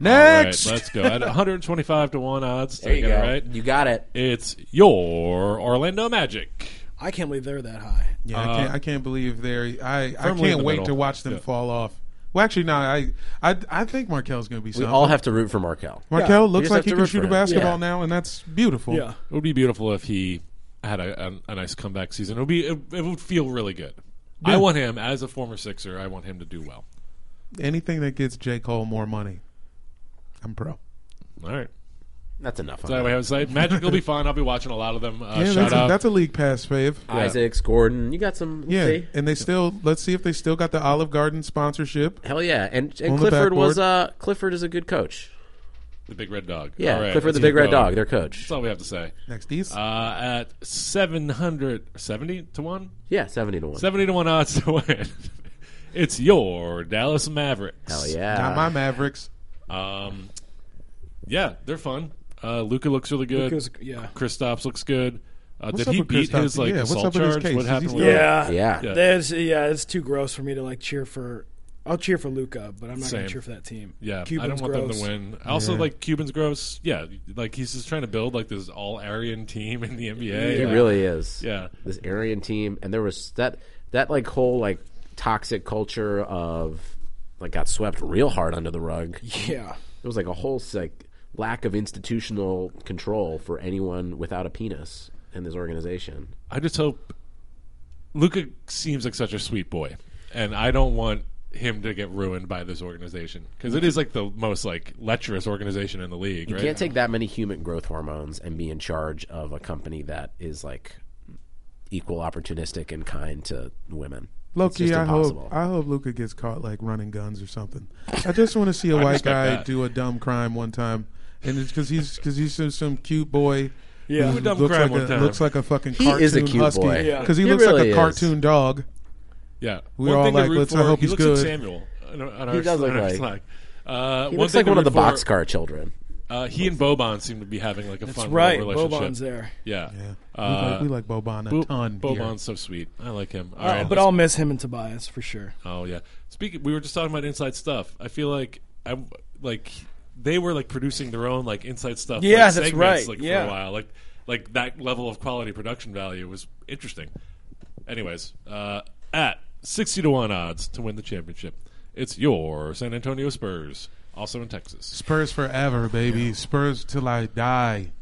S1: Next,
S3: let's go. At 125 to one odds,
S2: there you
S3: did
S2: go.
S3: I get it right?
S2: You got it.
S3: It's your Orlando Magic.
S5: I can't believe they're that high.
S1: Yeah, I, can't, I can't believe they're. I, I
S3: Firmly in
S1: can't
S3: the
S1: wait
S3: middle.
S1: to watch them
S3: Yeah.
S1: fall off. Well, actually, no. I I, I think Markel's going to be
S2: We
S1: something.
S2: all have to root for Markel.
S1: Markel looks
S2: just
S1: like
S2: have
S1: he
S2: to
S1: can
S2: root
S1: shoot
S2: for
S1: a
S2: him.
S1: basketball
S2: Yeah.
S1: now, and that's beautiful.
S5: Yeah.
S3: It would be beautiful if he had a, a, a nice comeback season. It would be it, it would feel really good. I want him as a former Sixer. I want him to do well.
S1: Anything that gets J Cole more money, I'm pro.
S3: All right.
S2: That's enough. on
S3: So
S2: that.
S3: anyway, I was like, Magic will be fine. I'll be watching a lot of them. Uh,
S1: yeah,
S3: shout
S1: that's a,
S3: out.
S1: that's a league pass fave.
S2: Isaacs, Gordon, you got some.
S1: Yeah,
S2: see?
S1: and they still let's see if they still got the Olive Garden sponsorship.
S2: Hell yeah, and,
S1: On
S2: and
S1: the
S2: Clifford was
S1: backboard.
S2: uh, Clifford is a good coach.
S3: the Big Red Dog.
S2: Yeah,
S3: All right,
S2: Clifford
S3: let's
S2: the Big
S3: keep
S2: Red
S3: going.
S2: Dog, their coach.
S3: That's all we have to say.
S1: Next East,
S3: Uh, at 770 to 1?
S2: Yeah, seventy to one.
S3: 70 to 1 odds to win. it's your Dallas Mavericks.
S2: Hell yeah,
S1: not my Mavericks.
S3: Um, yeah, they're fun. Uh, Luca looks really good.
S5: Luka's- yeah.
S3: Kristaps looks good. Uh, did
S1: up
S3: he
S1: with
S3: beat
S1: Kristaps?
S3: his like
S1: Yeah, what's
S3: assault
S1: up with his
S3: charge?
S1: case?
S3: What
S1: Is
S3: happened?
S1: he
S3: with
S1: still-
S3: that?
S5: Yeah.
S2: Yeah.
S3: Yeah.
S5: That's yeah, it's too gross for me to like cheer for I'll cheer for Luca, but I'm not
S3: Same.
S5: gonna cheer for that team.
S3: Yeah,
S5: Cuban's
S3: I don't want
S5: gross.
S3: them to win. Also, like Cuban's gross. Yeah, like he's just trying to build like this all Aryan team in the NBA.
S2: He
S3: Like,
S2: really is.
S3: Yeah.
S2: This Aryan team, and there was that that like whole like toxic culture of like got swept real hard under the rug. There
S5: Yeah.
S2: was like a whole like lack of institutional control for anyone without a penis in this organization.
S3: I just hope Luca seems like such a sweet boy, and I don't want him to get ruined by this organization because it is like the most like lecherous organization in the league.
S2: You
S3: right?
S2: can't take that many human growth hormones and be in charge of a company that is like equal opportunistic and kind to women. It's
S1: Loki,
S2: just
S1: I
S2: impossible.
S1: hope I hope Luca gets caught like running guns or something. I just want to see a white
S3: respect
S1: guy
S3: that.
S1: do a dumb crime one time, and it's because he's because he's some, some cute boy.
S5: Yeah.
S1: who
S3: Do a dumb
S1: looks
S3: crime
S1: like
S3: one
S1: a,
S3: time.
S1: looks like a fucking
S2: He
S1: cartoon
S2: is a cute
S1: husky
S2: boy.
S5: Yeah.
S1: because he
S2: He
S1: looks like
S2: really
S1: a
S2: is.
S1: cartoon dog.
S3: Yeah,
S1: We all
S3: to
S1: like,
S3: root
S1: let's- I hope
S3: he
S1: he's
S3: looks
S1: good.
S3: Like Samuel on, on our,
S2: He does
S3: on
S2: look
S3: our
S2: like-
S3: Slack. Uh,
S2: He
S3: one
S2: looks
S3: thing
S2: like
S3: to
S2: one of the
S3: root for-
S2: boxcar children.
S3: Uh, he and Boban seem to be having like a
S5: That's
S3: fun
S5: right.
S3: little relationship.
S5: Boban's there.
S3: Yeah,
S1: Yeah,
S3: Uh,
S1: we, like, we like Boban a
S3: Bo-
S1: ton. here.
S3: Boban's so sweet. I like him. All
S5: Uh,
S3: right,
S5: but
S3: let's-
S5: I'll miss him and Tobias for sure.
S3: Oh yeah. Speaking, we were just talking about inside stuff. I feel like I like they were like producing their own like inside stuff. like,
S5: Yeah, that's
S3: segments,
S5: right.
S3: Like for
S5: Yeah.
S3: a while, like like that level of quality production value was interesting. Anyways, uh, at sixty to one odds to win the championship, it's your San Antonio Spurs, also in Texas.
S1: Spurs forever, baby. Spurs till I die.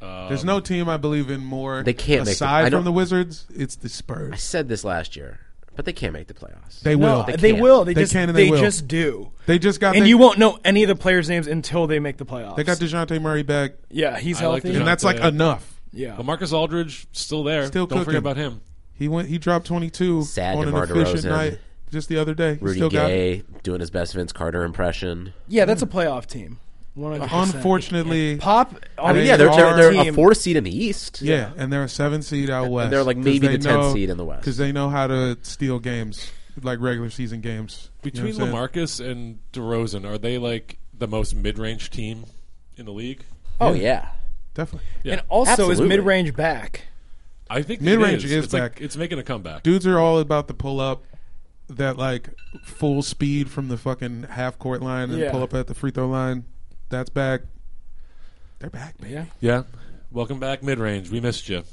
S1: There's
S3: Um,
S1: no team I believe in more.
S2: They can't make the-
S1: aside
S2: I don't-
S1: from the Wizards. It's the
S2: I
S1: Spurs.
S2: said this last year, but they can't make the playoffs.
S1: They will.
S5: No,
S1: They,
S5: they,
S2: can't.
S5: will. They,
S1: They
S5: just
S1: can and
S5: they,
S1: they will.
S5: just do.
S1: just got.
S5: and
S1: they,
S5: you won't know any of the players' names until they make the playoffs.
S1: They got Dejounte Murray back,
S5: yeah, he's
S3: I like
S5: healthy.
S3: DeJounte.
S1: and that's like enough.
S5: yeah,
S3: Lamarcus Aldridge still there.
S1: Still
S3: Don't
S1: cooking.
S3: forget about him.
S1: He went. He dropped 22
S2: Sad
S1: on an
S2: DeMar
S1: efficient
S2: DeRozan.
S1: night just the other day. He
S2: Rudy
S1: still
S2: Gay doing his best Vince Carter impression.
S5: yeah, that's a playoff team. 100%.
S1: got. Unfortunately,
S5: Pop.
S2: I
S5: On
S2: mean,
S1: They
S2: yeah, they're, they're,
S1: are-
S2: they're a
S5: team-
S2: four seed in the East.
S1: yeah, and they're a seven seed out west.
S2: they're, like, maybe the 10th seed in the West.
S1: because they know how to steal games, like regular season games. You know
S3: Between
S1: what I'm saying?
S3: Lamarcus and DeRozan, are they like the most mid-range team in the league?
S2: Oh yeah,
S1: definitely.
S3: Yeah.
S5: and also
S2: Absolutely.
S5: is mid range back.
S3: I think
S1: Mid-range
S3: it
S1: is
S3: It's
S1: back.
S3: Like, it's making a comeback.
S1: dudes are all about the pull up that like full speed from the fucking half court line and
S5: Yeah.
S1: pull up at the free throw line. That's back. They're back, man.
S5: Yeah,
S3: Yeah. Welcome back, mid range. We missed you.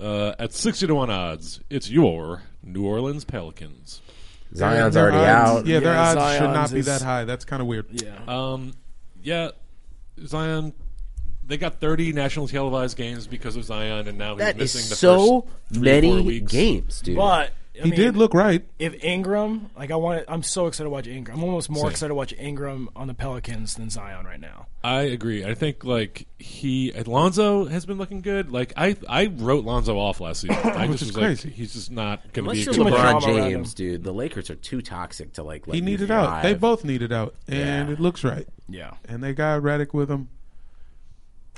S3: Uh, at 60 to 1 odds, it's your New Orleans Pelicans.
S2: Zion's
S1: Their
S2: already
S1: odds-
S2: out.
S1: Yeah, their
S5: Yeah,
S1: odds should not
S5: Zion's
S1: be
S5: is-
S1: that high. That's kind of weird.
S5: yeah.
S3: Um, yeah, Zion, they got 30 national televised games because of Zion, and now he's
S2: That
S3: missing the
S2: is so
S3: first three, four
S2: many
S3: weeks.
S2: games, dude.
S5: But I
S1: He
S5: mean,
S1: did look right.
S5: If Ingram, like I want, I'm so excited to watch Ingram. I'm almost more excited to watch Ingram on the Pelicans than Zion right now.
S3: I agree. I think, like, he, Lonzo has been looking good. Like, I I wrote Lonzo off last season. I
S1: Which
S3: just
S1: is
S3: was like,
S1: crazy.
S3: he's just not going to be
S2: Unless
S3: a
S2: you're
S3: good player.
S2: LeBron
S5: drama around
S2: James, dude, the Lakers are too toxic to like. Let
S1: He
S2: you
S1: needed
S2: thrive.
S1: out. They both needed out, and
S2: Yeah.
S1: it looks right.
S5: Yeah,
S1: And they got Radic with them.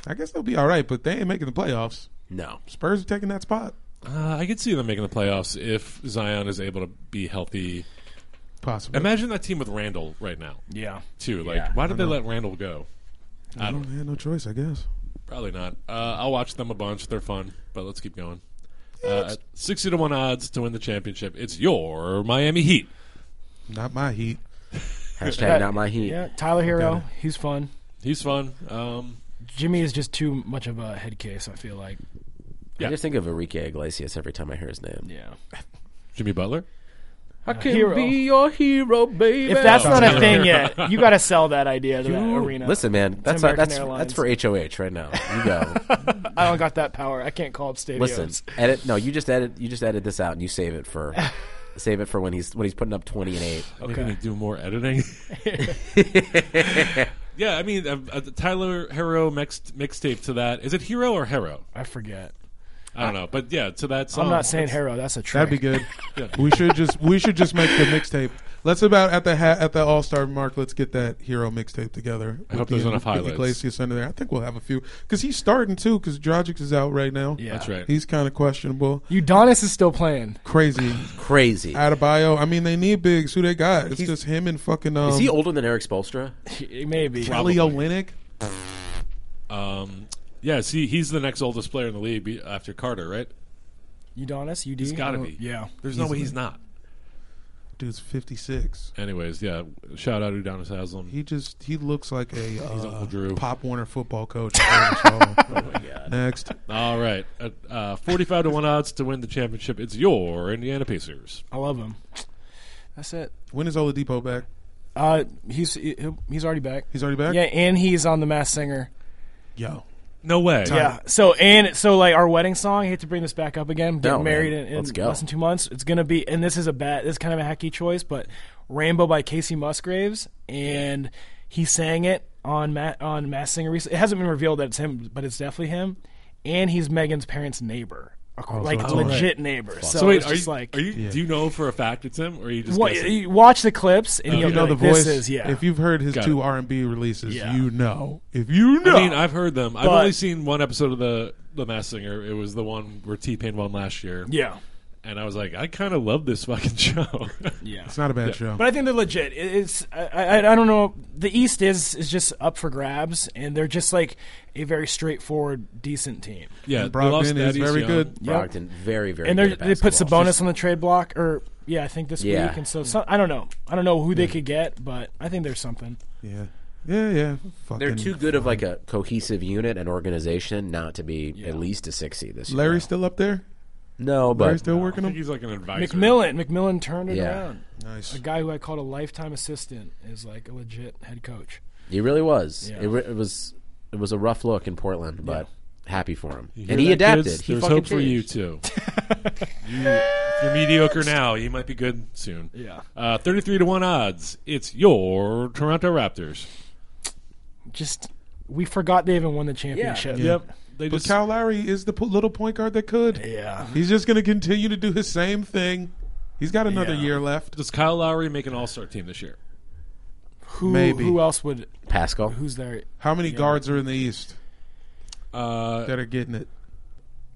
S1: I guess they'll be all right, but they ain't making the playoffs.
S2: no.
S1: Spurs are taking that spot,
S3: Uh, I could see them making the playoffs if Zion is able to be healthy.
S1: possibly.
S3: Imagine that team with Randall right now.
S5: yeah.
S3: too. Like, why did they let Randall go?
S1: I don't have no choice, I guess.
S3: Probably not. Uh, I'll watch them a bunch. They're fun, but let's keep going. Uh, Sixty to one odds to win the championship. It's your Miami Heat.
S1: Not my heat.
S2: Hashtag not my heat.
S5: Yeah, Tyler Hero, he's fun.
S3: He's fun. Um,
S5: Jimmy is just too much of a head case. I feel like
S2: I just think of Enrique Iglesias every time I hear his name.
S5: Yeah.
S3: Jimmy Butler.
S2: I can
S5: hero.
S2: be your hero, baby.
S5: If that's not a thing yet, you got to sell that idea to that arena.
S2: Listen, man, that's
S5: American
S2: that's
S5: Airlines.
S2: that's for HOH right now. You go.
S5: I don't got that power. I can't call up stadiums.
S2: Listen, edit. No, you just edit. You just edit this out and you save it for, save it for when he's when he's putting up twenty and eight.
S3: Maybe need to do more editing. yeah, I mean, uh, uh, Tyler Harrow mixed mixtape to that. Is it Hero or Harrow?
S5: I forget.
S3: I don't know, but yeah, to that song.
S5: I'm not saying Harrow. That's a trick.
S1: That'd be good. We should just we should just make the mixtape. Let's about at the ha- at the All Star mark. Let's get that hero mixtape together.
S3: I hope
S1: With
S3: there's
S1: the-
S3: enough
S1: with
S3: highlights.
S1: Iglesias under there. I think we'll have a few because he's starting too. Because Dragic is out right now.
S5: Yeah.
S3: That's right.
S1: He's kind of questionable.
S5: Udonis is still playing.
S1: Crazy.
S2: Crazy.
S1: Adebayo. I mean, they need bigs. Who they got? It's just him and fucking um,
S2: Is he older than Eric Spolstra?
S5: Maybe.
S1: Kelly Olynyk.
S3: Um, yeah, see, he's the next oldest player in the league be- after Carter, right?
S5: Udonis, UD.
S3: He's got to
S5: Oh,
S3: be.
S5: Yeah.
S3: There's no way he's not.
S1: Dude's fifty six.
S3: Anyways, yeah. Shout out Udonis Haslam.
S1: He just he looks like a uh,
S3: Uncle Drew.
S1: Pop Warner football coach. oh my god. Next.
S3: All right, uh, uh, forty-five to one odds to win the championship. It's your Indiana Pacers.
S5: I love him. That's it.
S1: When is Oladipo back?
S5: Uh, he's he- he'll- he's already back.
S1: He's already back.
S5: Yeah, and he's on the Mass Singer.
S1: Yo.
S3: No way.
S5: Yeah. So and so, like our wedding song. I hate to bring this back up again. Getting
S2: man.
S5: married in, in
S2: Let's go.
S5: less than two months. It's gonna be, and this is a bad. This is kind of a hacky choice, but "Rainbow" by Casey Musgraves, and he sang it on Matt on Mass Singer. Recently. It hasn't been revealed that it's him, but it's definitely him. And he's Megan's parents' neighbor,
S1: Oh,
S5: like legit neighbor. So,
S3: So wait,
S5: it's
S3: are you,
S5: just like.
S3: are you? Do you know for a fact it's him, or are you just?
S5: What,
S3: guessing?
S5: you watch the clips and you'll
S1: you know
S5: be
S1: the
S5: like,
S1: voice.
S5: This is, yeah.
S1: If you've heard his
S3: Got
S1: two
S3: it.
S1: R and B releases,
S5: Yeah.
S1: you know. If you know,
S3: I mean, I've heard them. I've
S5: But-
S3: only seen one episode of the the Mass Singer. It was the one where T Pain won last year.
S5: yeah.
S3: and I was like, I kind of love this fucking show.
S5: Yeah.
S1: it's not a bad show.
S5: But I think they're legit. It- It's I, I, I don't know. The East is is just up for grabs, and they're just like a very straightforward, decent team.
S3: yeah,
S1: And Brogdon
S3: lost
S1: is
S3: Daddy's
S1: very
S3: Young.
S1: good.
S2: Brogdon, very very.
S5: And
S2: good
S5: they're,
S2: at
S5: they put
S2: basketball.
S5: Sabonis on the trade block, or yeah, I think this
S2: Yeah.
S5: week. And so some, I don't know. I don't know who they could get, but I think there's something.
S1: yeah, yeah, yeah. Fucking
S2: They're too good of like a cohesive unit and organization not to be at least a six seed this year.
S1: Larry's still up there.
S2: no, but
S1: Larry's still working
S3: I think
S1: him.
S3: he's like an advisor.
S5: McMillan, McMillan turned it
S2: Yeah.
S5: around.
S1: Nice.
S5: A guy who I called a lifetime assistant is like a legit head coach.
S2: he really was.
S5: Yeah.
S2: It, re- it was it was a rough look in Portland, but happy for him.
S3: You hear
S2: And he
S3: that,
S2: adapted.
S3: kids?
S2: He
S3: There's
S2: fucking
S3: hope for you
S2: changed.
S3: too. you, if you're mediocre now, you might be good soon.
S5: Yeah.
S3: Uh, Thirty-three to one odds. It's your Toronto Raptors.
S5: Just we forgot they even won the championship.
S1: Yeah.
S3: Yep. They
S1: But
S3: just
S1: Kyle Lowry is the po- little point guard that could.
S5: Yeah.
S1: He's just going to continue to do his same thing. He's got another
S5: Yeah.
S1: year left.
S3: does Kyle Lowry make an All Star team this year?
S5: Who
S1: Maybe.
S5: who else would?
S2: Pascal.
S5: Who's there?
S1: How many guards are in the East
S3: Uh,
S1: that are getting it?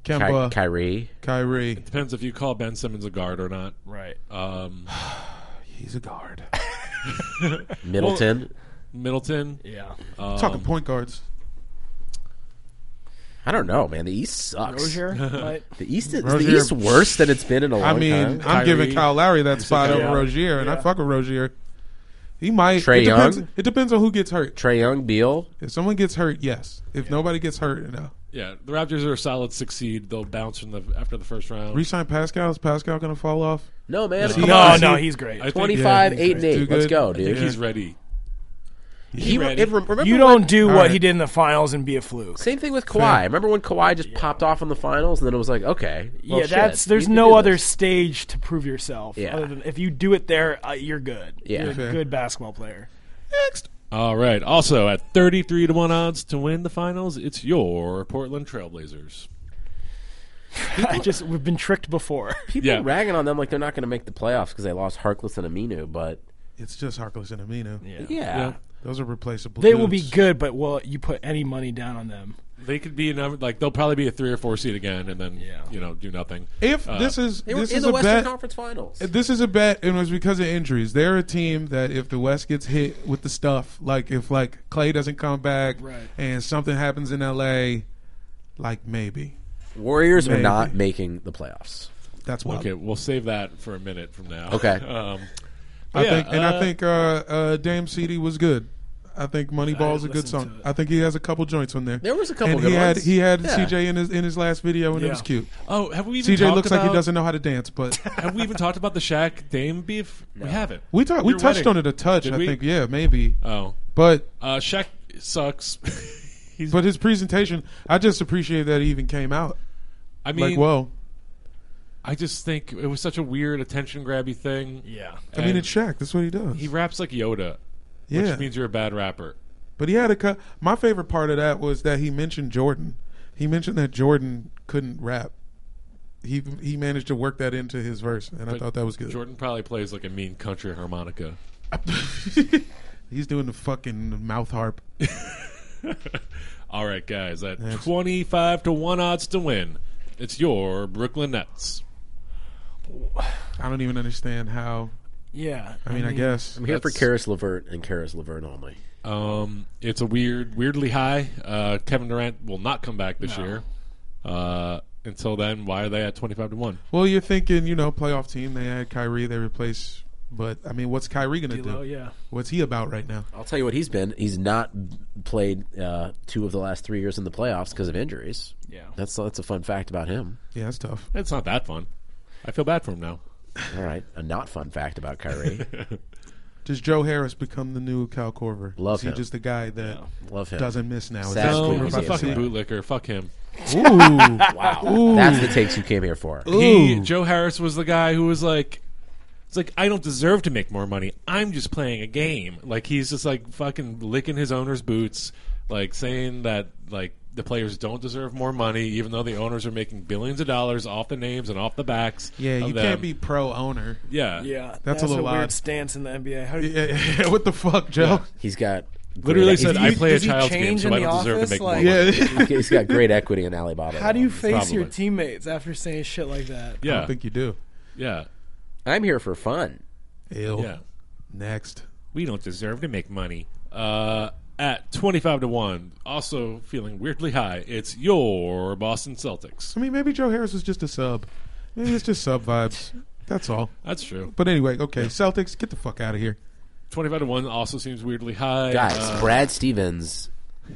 S2: Ky-
S1: Kemba,
S2: Kyrie.
S1: Kyrie.
S3: depends if you call Ben Simmons a guard or not.
S5: Right.
S3: Um,
S1: He's a guard.
S2: Middleton.
S3: Middleton.
S5: Yeah.
S1: Talking point guards.
S2: I don't know, man. The East sucks.
S5: Rozier might.
S2: The East is, is
S1: Rozier-
S2: the East worse than it's been in a long
S1: I mean,
S2: time.
S1: I'm giving Kyle Lowry that spot
S3: guy.
S1: over
S3: Yeah.
S1: Rozier, and I fuck with Rozier. He might.
S2: Trae
S1: it depends,
S2: Young?
S1: It depends on who gets hurt.
S2: Trey Young, Beal.
S1: If someone gets hurt, yes. If nobody gets hurt, no.
S3: Yeah, the Raptors are a solid six seed. They'll bounce from the after the first round.
S1: Resign Pascal. Is Pascal going to fall off?
S2: No, man.
S3: No.
S2: come
S5: No,
S2: on.
S5: no, he's great.
S3: I think,
S2: Twenty five,
S1: Yeah,
S2: eight and eight.
S1: too
S2: Let's
S1: good.
S2: go,
S3: I think
S2: dude.
S3: he's ready.
S2: He,
S3: ready.
S2: if- remember
S5: you
S2: when-
S5: don't do what
S1: right.
S5: he did in the finals and be a fluke.
S2: Same thing with Kawhi. Remember when Kawhi just popped off in the finals, and then it was like, okay, well,
S5: yeah,
S2: shit,
S5: that's there's
S2: you can do
S5: no
S2: this.
S5: other stage to prove yourself.
S2: Yeah.
S5: Other than if you do it there, uh, you're good.
S2: Yeah.
S5: You're a
S1: Fair.
S5: good basketball player.
S1: Next.
S3: All right. Also at thirty-three to one odds to win the finals, it's your Portland Trailblazers.
S5: I just we've been tricked before.
S2: People
S3: Yeah.
S2: ragging on them like they're not going to make the playoffs because they lost Harkless and Aminu, but
S1: It's just Harkless and Amino.
S2: yeah,
S1: Those are replaceable.
S5: They will be
S1: dudes.
S5: good, but will you put any money down on them?
S3: They could be another like they'll probably be a three or four seed again, and then
S5: Yeah.
S3: you know do nothing.
S1: If this is
S2: they were
S1: this
S2: in
S1: is
S2: the
S1: a
S2: Western
S1: bet.
S2: Conference Finals.
S1: This is a bet, and it was because of injuries. They're a team that if the West gets hit with the stuff, like if like Clay doesn't come back,
S5: Right.
S1: and something happens in L.A., like maybe
S2: Warriors are
S1: Maybe.
S2: not making the playoffs.
S1: that's why.
S3: Okay, we'll save that for a minute from now.
S2: Okay.
S3: um,
S1: I
S3: Yeah,
S1: think, and
S3: uh,
S1: I think uh, uh, Dame CD was good. I think Moneyball's a good
S5: listened
S1: song.
S5: to it.
S1: I think he has a couple joints on there.
S2: There was a couple
S1: And
S2: good
S1: he had
S2: ones.
S1: he had
S2: Yeah.
S1: CJ in his in his last video, and it
S5: Yeah.
S1: was cute.
S3: Oh, have we even
S1: CJ
S3: talked
S1: looks like he
S3: about-
S1: doesn't know how to dance, but
S3: Have we even talked about the Shaq Dame beef? We haven't.
S1: we talked we
S3: Your
S1: touched
S3: wedding.
S1: on it a touch.
S3: Did
S1: I
S3: we?
S1: think yeah, maybe.
S3: Oh,
S1: But
S3: uh, Shaq sucks. He's.
S1: but his presentation, I just appreciate that he even came out.
S3: I mean,
S1: Like, whoa.
S3: I just think it was such a weird attention grabby thing.
S5: Yeah.
S1: I mean,
S3: And
S1: it's Shaq. That's what he does.
S3: he raps like Yoda,
S1: yeah.
S3: which means you're a bad rapper.
S1: But he had a cut. My favorite part of that was that he mentioned Jordan. He mentioned that Jordan couldn't rap. He he managed to work that into his verse, and I
S3: But
S1: thought that was good.
S3: Jordan probably plays like a mean country harmonica.
S1: He's doing the fucking mouth harp.
S3: All right, guys, at 25 to 1 odds to win, it's your Brooklyn Nets.
S1: I don't even understand how.
S5: Yeah.
S1: I mean, I guess
S2: I'm here for
S3: That's-
S2: Karis Levert and Karis Levert only.
S3: Um, it's a weird, weirdly high. Uh, Kevin Durant will not come back this year. Uh, until then, why are they at 25 to 1?
S1: Well, you're thinking, you know, playoff team. They had Kyrie. They replaced. But I mean, what's Kyrie gonna
S5: D'Lo,
S1: do?
S5: yeah.
S1: What's he about right now?
S2: I'll tell you what he's been. He's not played uh, two of the last three years in the playoffs because of injuries.
S5: Yeah.
S2: That's that's a fun fact about him.
S1: Yeah, that's tough.
S3: It's not that fun. I feel bad for him now.
S2: All right, a not fun fact about Kyrie.
S1: Does Joe Harris become the new Cal Corver?
S2: Love
S1: Is he
S2: him.
S1: just a guy that
S2: Love him.
S1: doesn't miss now? Is
S2: Sad
S1: that
S2: That's
S1: what
S3: no,
S2: cool.
S1: we're
S3: he's a
S1: about to
S3: Um, fucking
S1: see?
S3: bootlicker. Fuck him.
S1: Ooh.
S2: That's the takes you came here for.
S3: He, Joe Harris was the guy who was like, it's like, I don't deserve to make more money. I'm just playing a game. Like, he's just like fucking licking his owner's boots, like saying that, like, the players don't deserve more money, even though the owners are making billions of dollars off the names and off the backs.
S1: Yeah,
S3: of
S1: you
S3: them.
S1: can't be pro owner.
S3: Yeah.
S5: Yeah. That's,
S1: a
S5: a,
S1: little
S5: weird
S1: odd.
S5: stance in the NBA. How do you,
S1: Yeah, what the fuck, Joe?
S2: He's got great- e-
S3: Literally
S2: he's-
S3: said, I play a
S5: does he
S3: child's game,
S5: change
S3: so
S5: in
S3: I
S5: the
S3: don't deserve
S5: office?
S3: to make more
S5: Like-
S3: money.
S1: Yeah.
S2: he's got great equity in Alibaba.
S5: how do you face your
S3: Probably.
S5: teammates after saying shit like that?
S1: I
S3: Yeah.
S1: don't think you do.
S3: Yeah.
S2: I'm here for fun.
S1: Ew.
S3: Yeah.
S1: Next.
S3: we don't deserve to make money. Uh, at 25 to 1, also feeling weirdly high, it's your Boston Celtics.
S1: I mean, maybe Joe Harris is just a sub. Maybe it's just sub vibes. That's all.
S3: That's true.
S1: But anyway, okay, Celtics, get the fuck out of here.
S3: 25 to 1 also seems weirdly high.
S2: Guys,
S3: Uh,
S2: Brad Stevens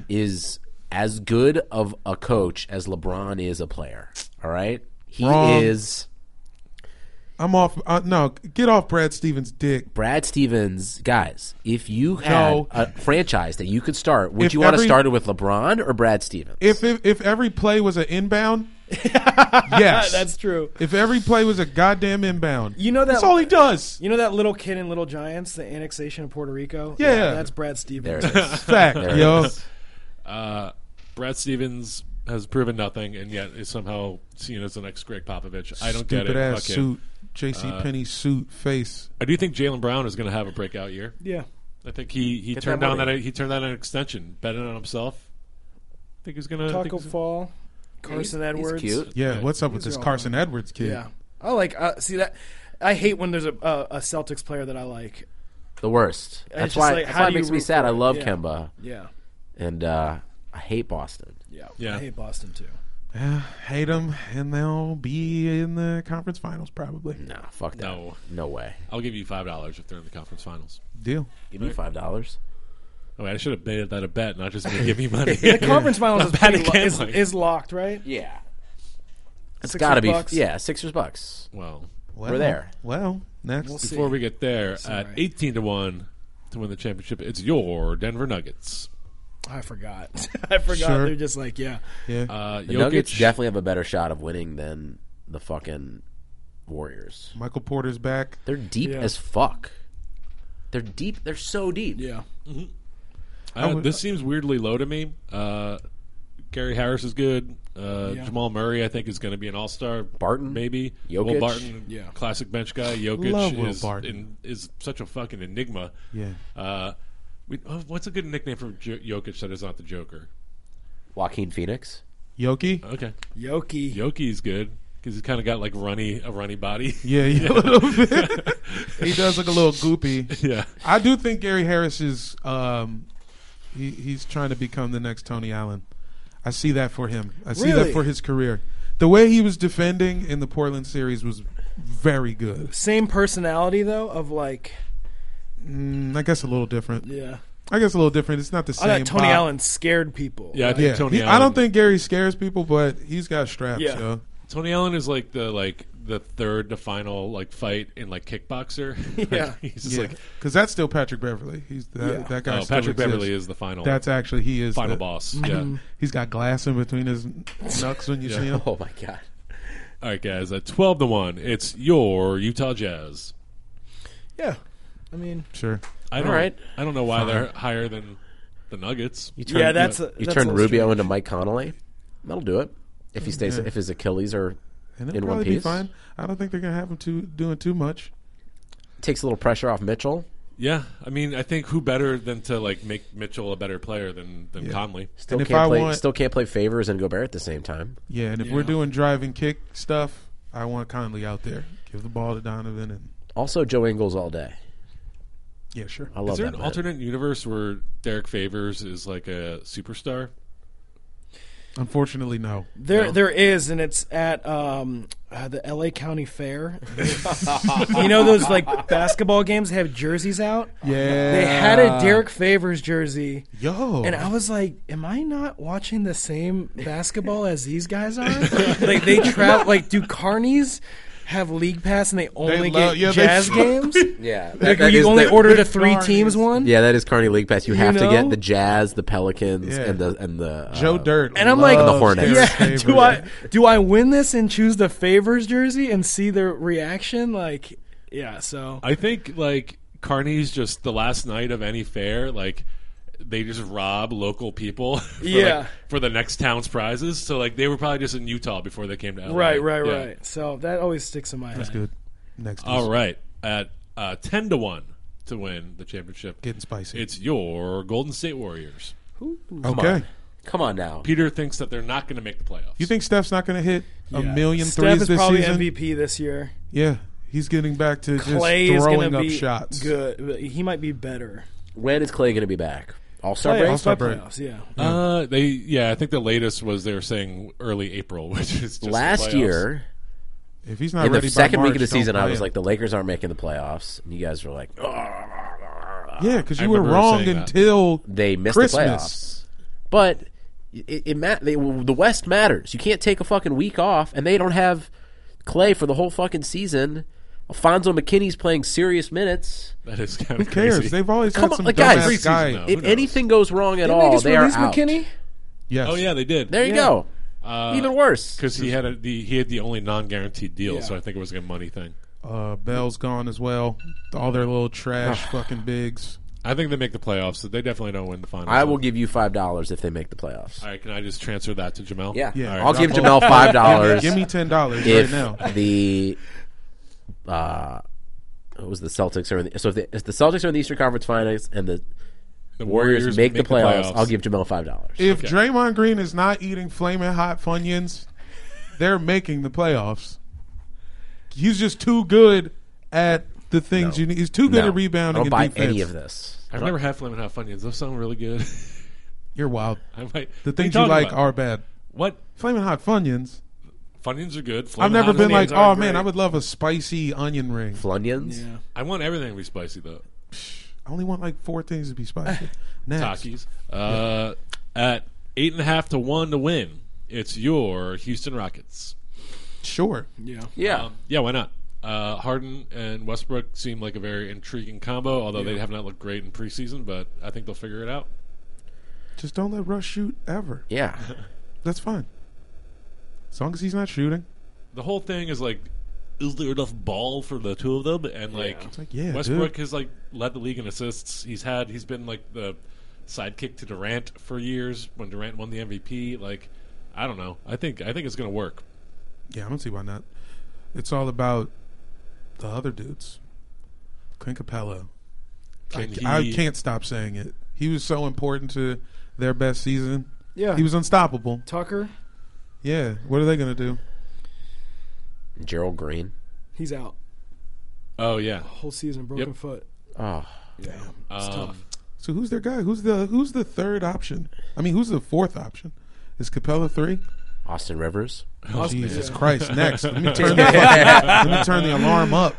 S2: is as good of a coach as LeBron is a player. All right? He
S1: Wrong.
S2: is
S1: I'm off. Uh, no, get off Brad Stevens' dick.
S2: Brad Stevens, guys, if you had
S1: No.
S2: a franchise that you could start, would
S1: If
S2: you want to
S1: every-
S2: start it with LeBron or Brad Stevens?
S1: If if, if every play was an inbound, yes.
S5: Ah, That's true.
S1: if every play was a goddamn inbound,
S5: You know that-
S1: that's all he does.
S5: You know that little kid in Little Giants, the annexation of Puerto Rico?
S1: Yeah.
S5: that's
S2: there
S5: Brad Stevens.
S2: it is.
S1: Fact,
S2: There it
S1: yo.
S2: is.
S3: uh, Brad Stevens has proven nothing and yet is somehow seen as the next Greg Popovich. I don't get
S1: Stupid
S3: it. Uh,
S1: ass
S3: Fuck him.
S1: suit, J.C. Penney suit, face.
S3: I do think Jalen Brown is going to have a breakout year.
S5: yeah.
S3: I think he, he
S2: Get
S3: turned
S2: that
S3: down that
S2: money.
S3: he turned down an extension, betting on himself. I think he's going to
S5: Taco Fall, Carson Edwards.
S2: He's cute.
S1: Yeah,
S3: Right.
S1: what's up with this
S5: all
S1: Carson Edwards kid?
S5: Yeah. I like uh, see that. I hate when there's a uh, a Celtics player that I like.
S2: The worst. That's
S5: just
S2: why,
S5: like,
S2: that's
S5: how
S2: why it
S5: do you
S2: makes me
S5: root
S2: sad.
S5: for
S2: I
S5: it?
S2: love
S5: Yeah.
S2: Kemba
S5: Yeah.
S2: and uh, I hate Boston.
S5: Yeah.
S3: Yeah.
S5: I hate Boston too.
S1: Yeah, hate them, and they'll be in the conference finals probably.
S2: No, fuck that.
S3: No.
S2: No way.
S3: I'll give you $5 if they're in the conference finals.
S1: Deal.
S2: Give me five dollars.
S3: Oh, wait, I should have made that a bet, not just gonna give me money.
S5: The conference finals
S3: Not
S5: is,
S3: bad
S5: pretty lo-
S3: again,
S5: is,
S3: like-
S5: is locked, right?
S2: Yeah. It's
S5: Sixers
S2: got to be.
S5: bucks?
S2: Yeah, Sixers bucks.
S3: well,
S1: Well,
S5: Uh-huh.
S2: We're there.
S1: Well, next.
S5: We'll see.
S3: before we get there, at
S5: right.
S3: eighteen to one to win the championship, it's your Denver Nuggets.
S5: I forgot. I forgot.
S1: Sure.
S5: They're just like, yeah.
S1: yeah.
S3: Uh,
S2: The
S3: Jokic,
S2: Nuggets definitely have a better shot of winning than the fucking Warriors.
S1: Michael Porter's back.
S2: They're deep
S5: Yeah.
S2: as fuck. They're deep. They're so deep.
S5: Yeah.
S3: uh, this seems weirdly low to me. Uh, Gary Harris is good. Uh,
S5: Yeah.
S3: Jamal Murray, I think, is going to be an All Star.
S2: Barton?
S3: maybe.
S2: Jokic?
S3: Will Barton,
S5: Yeah.
S3: classic bench guy. Jokic
S1: Love Will
S3: is
S1: Barton.
S3: in- is such a fucking enigma.
S1: Yeah.
S3: Uh, we, oh, what's a good nickname for jo- Jokic that is not the Joker?
S2: Joaquin Phoenix.
S1: Yoki.
S3: Okay,
S5: Yoki.
S3: Yoki's good because he's kind of got like runny a runny body.
S1: Yeah, yeah, a little bit. he does look a little goopy.
S3: yeah.
S1: I do think Gary Harris is. Um, he he's trying to become the next Tony Allen. I see that for him. I see that
S5: Really?
S1: for his career. The way he was defending in the Portland series was very good.
S5: Same personality though, of like,
S1: Mm, I guess a little different.
S5: yeah.
S1: I guess a little different. It's not the
S5: I
S1: same.
S5: thought Tony
S1: Bob.
S5: Allen scared people.
S3: Yeah, I think
S1: Yeah,
S3: Tony.
S1: He-
S3: Allen,
S1: I don't think Gary scares people, but he's got straps.
S5: Yeah.
S1: yo.
S3: Tony Allen is like the like the third to final like fight in like kickboxer. Like,
S5: Yeah.
S3: he's just
S1: yeah,
S3: like
S1: because that's still Patrick Beverly. He's that,
S5: Yeah.
S1: that guy.
S3: oh,
S1: still
S3: Patrick
S1: exists.
S3: Beverly is the final
S1: That's Mm-hmm. actually he is
S3: final
S1: the-
S3: boss. Yeah.
S1: He's got glass in between his knucks when you see him.
S2: Oh my god.
S3: All right, guys. Uh, Twelve to one. It's your Utah Jazz.
S6: Yeah. I mean,
S1: Sure.
S3: I don't.
S2: right.
S3: I don't know why they're higher than the Nuggets.
S2: You
S5: Yeah, that's a-
S2: you
S5: that's a
S2: turn
S5: little
S2: Rubio
S5: strange.
S2: into Mike Connolly. That'll do it. If he stays, if his Achilles are
S1: And it'll
S2: in one
S1: probably
S2: piece,
S1: be fine. I don't think they're gonna have him too doing too much.
S2: takes a little pressure off Mitchell.
S3: Yeah, I mean, I think who better than to like make Mitchell a better player than than Conley?
S2: Still
S1: And if
S2: can't
S1: I
S2: play.
S1: want-
S2: Still can't play favors and Gobert at the same time.
S1: Yeah, and if we're doing drive and kick stuff, I want Conley out there. Give the ball to Donovan and
S2: Also, Joe Ingles all day.
S1: yeah, sure.
S2: I love
S3: Is there
S2: that.
S3: an
S2: man.
S3: alternate universe where Derek Favors is like a superstar?
S1: Unfortunately, no.
S5: There, there is, and it's at um, uh, the L.A. County Fair. you know those like basketball games have jerseys out.
S1: Yeah,
S5: They had a Derek Favors jersey,
S1: yo.
S5: and I was like, "Am I not watching the same basketball as these guys are? like they travel. Like do carnies have league pass and they only
S1: love-
S5: get
S1: yeah, they
S5: jazz games?
S2: Yeah, that,
S5: Like
S2: that
S5: you
S2: is-
S5: only
S2: that-
S5: order to three teams
S1: Carnies.
S5: one?
S2: Yeah, that is Carney League Pass. You, have to
S5: know?
S2: get the Jazz, the Pelicans,
S1: Yeah.
S2: and the and the uh,
S1: Joe Dirt.
S5: And I'm like, "Oh,
S1: loves
S2: The Hornets.
S1: Derek
S5: yeah,
S1: Favors.
S5: do I do I win this and choose the favors jersey and see their reaction? Like, yeah. So
S3: I think like Carney's just the last night of any fair, like they just rob local people for, like,
S5: Yeah.
S3: for the next town's prizes. So like they were probably just in Utah before they came to LA.
S5: right, right,
S3: Yeah.
S5: right. So that always sticks in my head.
S1: Good. Next.
S3: All
S1: is
S3: right. At uh, ten to one to win the championship.
S1: Getting spicy.
S3: It's your Golden State Warriors.
S1: okay.
S2: Come on now.
S3: Peter thinks that they're not going to make the playoffs.
S1: You think Steph's not gonna hit a million
S5: Steph
S1: threes
S5: is
S1: this
S5: probably
S1: season?
S5: MVP this year.
S1: Yeah, he's getting back to
S5: Clay
S1: just
S5: is
S1: throwing
S5: going to
S1: up
S5: be
S1: shots.
S5: good. but He might be better.
S2: When is Clay going to be back? All Star
S5: Playoffs,
S2: break.
S1: All-Star
S5: by
S1: break.
S5: playoffs, yeah.
S3: Uh, they yeah, I think the latest was they were saying early April, which is just the
S2: Last
S3: playoffs.
S2: year,
S1: If he's not
S2: in
S1: ready
S2: the
S1: by
S2: second
S1: March,
S2: week of the
S1: don't
S2: season, I
S1: play
S2: was
S1: him.
S2: like, the Lakers aren't making the playoffs, and you guys were like, oh,
S1: yeah, because
S3: I
S1: you were
S3: remember
S1: wrong
S3: saying that.
S1: until
S2: they missed
S1: Christmas.
S2: the playoffs. But it, it ma- they, the West matters. You can't take a fucking week off, and they don't have Clay for the whole fucking season. Alfonso McKinney's playing serious minutes.
S3: that is kind of
S1: Who cares?
S3: crazy.
S1: They've always
S2: Come
S1: had
S2: on,
S1: some
S2: like, guys,
S1: dumbass
S2: preseason,
S1: guy.
S3: though. Who
S2: If
S3: knows?
S2: anything goes wrong at
S5: Didn't
S2: all,
S5: they just
S2: they,
S5: release
S2: are out.
S5: McKinney?
S1: Yes.
S3: oh yeah, they did.
S2: There you go.
S3: Uh,
S2: Even worse.
S3: because he had a, the he had the only non guaranteed deal,
S5: Yeah.
S3: so I think it was like a money thing.
S1: Uh, Bell's gone as well. All their little trash fucking bigs.
S3: I think they make the playoffs, so they definitely don't win the finals.
S2: I will give you five dollars if they make the playoffs.
S3: All right, can I just transfer that to Jamel?
S2: Yeah,
S1: Yeah.
S3: All
S2: I'll
S3: right.
S2: give Jamel five dollars
S1: Give me ten dollars right
S2: if
S1: now.
S2: the uh, what was the Celtics are in the, so if the, if the Celtics are in the Eastern Conference Finals and the
S3: The
S2: Warriors, make, the, playoffs, I'll give Jamel five dollars.
S1: If Draymond Green is not eating flaming hot funyuns, they're making the playoffs. He's just too good at the things you need. He's too good at rebounding
S2: I don't buy
S1: and defense.
S2: any of this.
S3: I've never had Flamin' Hot Funyuns. Those sound really good.
S1: You're wild.
S3: I might.
S1: The things you like are bad.
S3: what?
S1: Flaming hot funyuns.
S3: Funyuns are good.
S1: I've
S3: Flamin'
S1: never
S3: Hot
S1: been
S3: Funyuns
S1: like,
S3: are
S1: oh man,
S3: great."
S1: I would love a spicy onion ring.
S2: Funyuns.
S5: Yeah.
S3: I want everything to be spicy though.
S1: I only want like four things to be spicy. Next.
S3: Takis. Uh, At eight and a half to one to win, it's your Houston Rockets.
S1: Sure.
S5: Yeah.
S2: Yeah.
S3: Yeah, Um, why not? Uh, Harden and Westbrook seem like a very intriguing combo, although they have not looked great in preseason, but I think they'll figure it out.
S1: Just don't let Rush shoot ever.
S2: yeah.
S1: That's fine. As long as he's not shooting.
S3: The whole thing is like, is there enough ball for the two of them? And like,
S1: It's like, yeah,
S3: Westbrook
S1: dude.
S3: has like led the league in assists. He's had he's been like the sidekick to Durant for years when Durant won the MVP. Like, I don't know. I think I think it's gonna work.
S1: Yeah, I don't see why not. It's all about the other dudes. Clint Capella. I,
S3: Can
S1: I
S3: he-
S1: can't stop saying it. He was so important to their best season.
S5: Yeah.
S1: He was unstoppable.
S5: Tucker,
S1: Yeah. What are they going to do?
S2: Gerald Green.
S5: he's out.
S3: Oh yeah.
S5: Whole season, broken
S3: Yep.
S5: foot.
S2: Oh,
S3: Um,
S1: So who's their guy? Who's the who's the third option? I mean, who's the fourth option? Is Capella three?
S2: Austin Rivers.
S5: Austin-
S1: Jesus
S5: yeah.
S1: Christ! Next, let me turn the, fucking, let me turn the alarm up.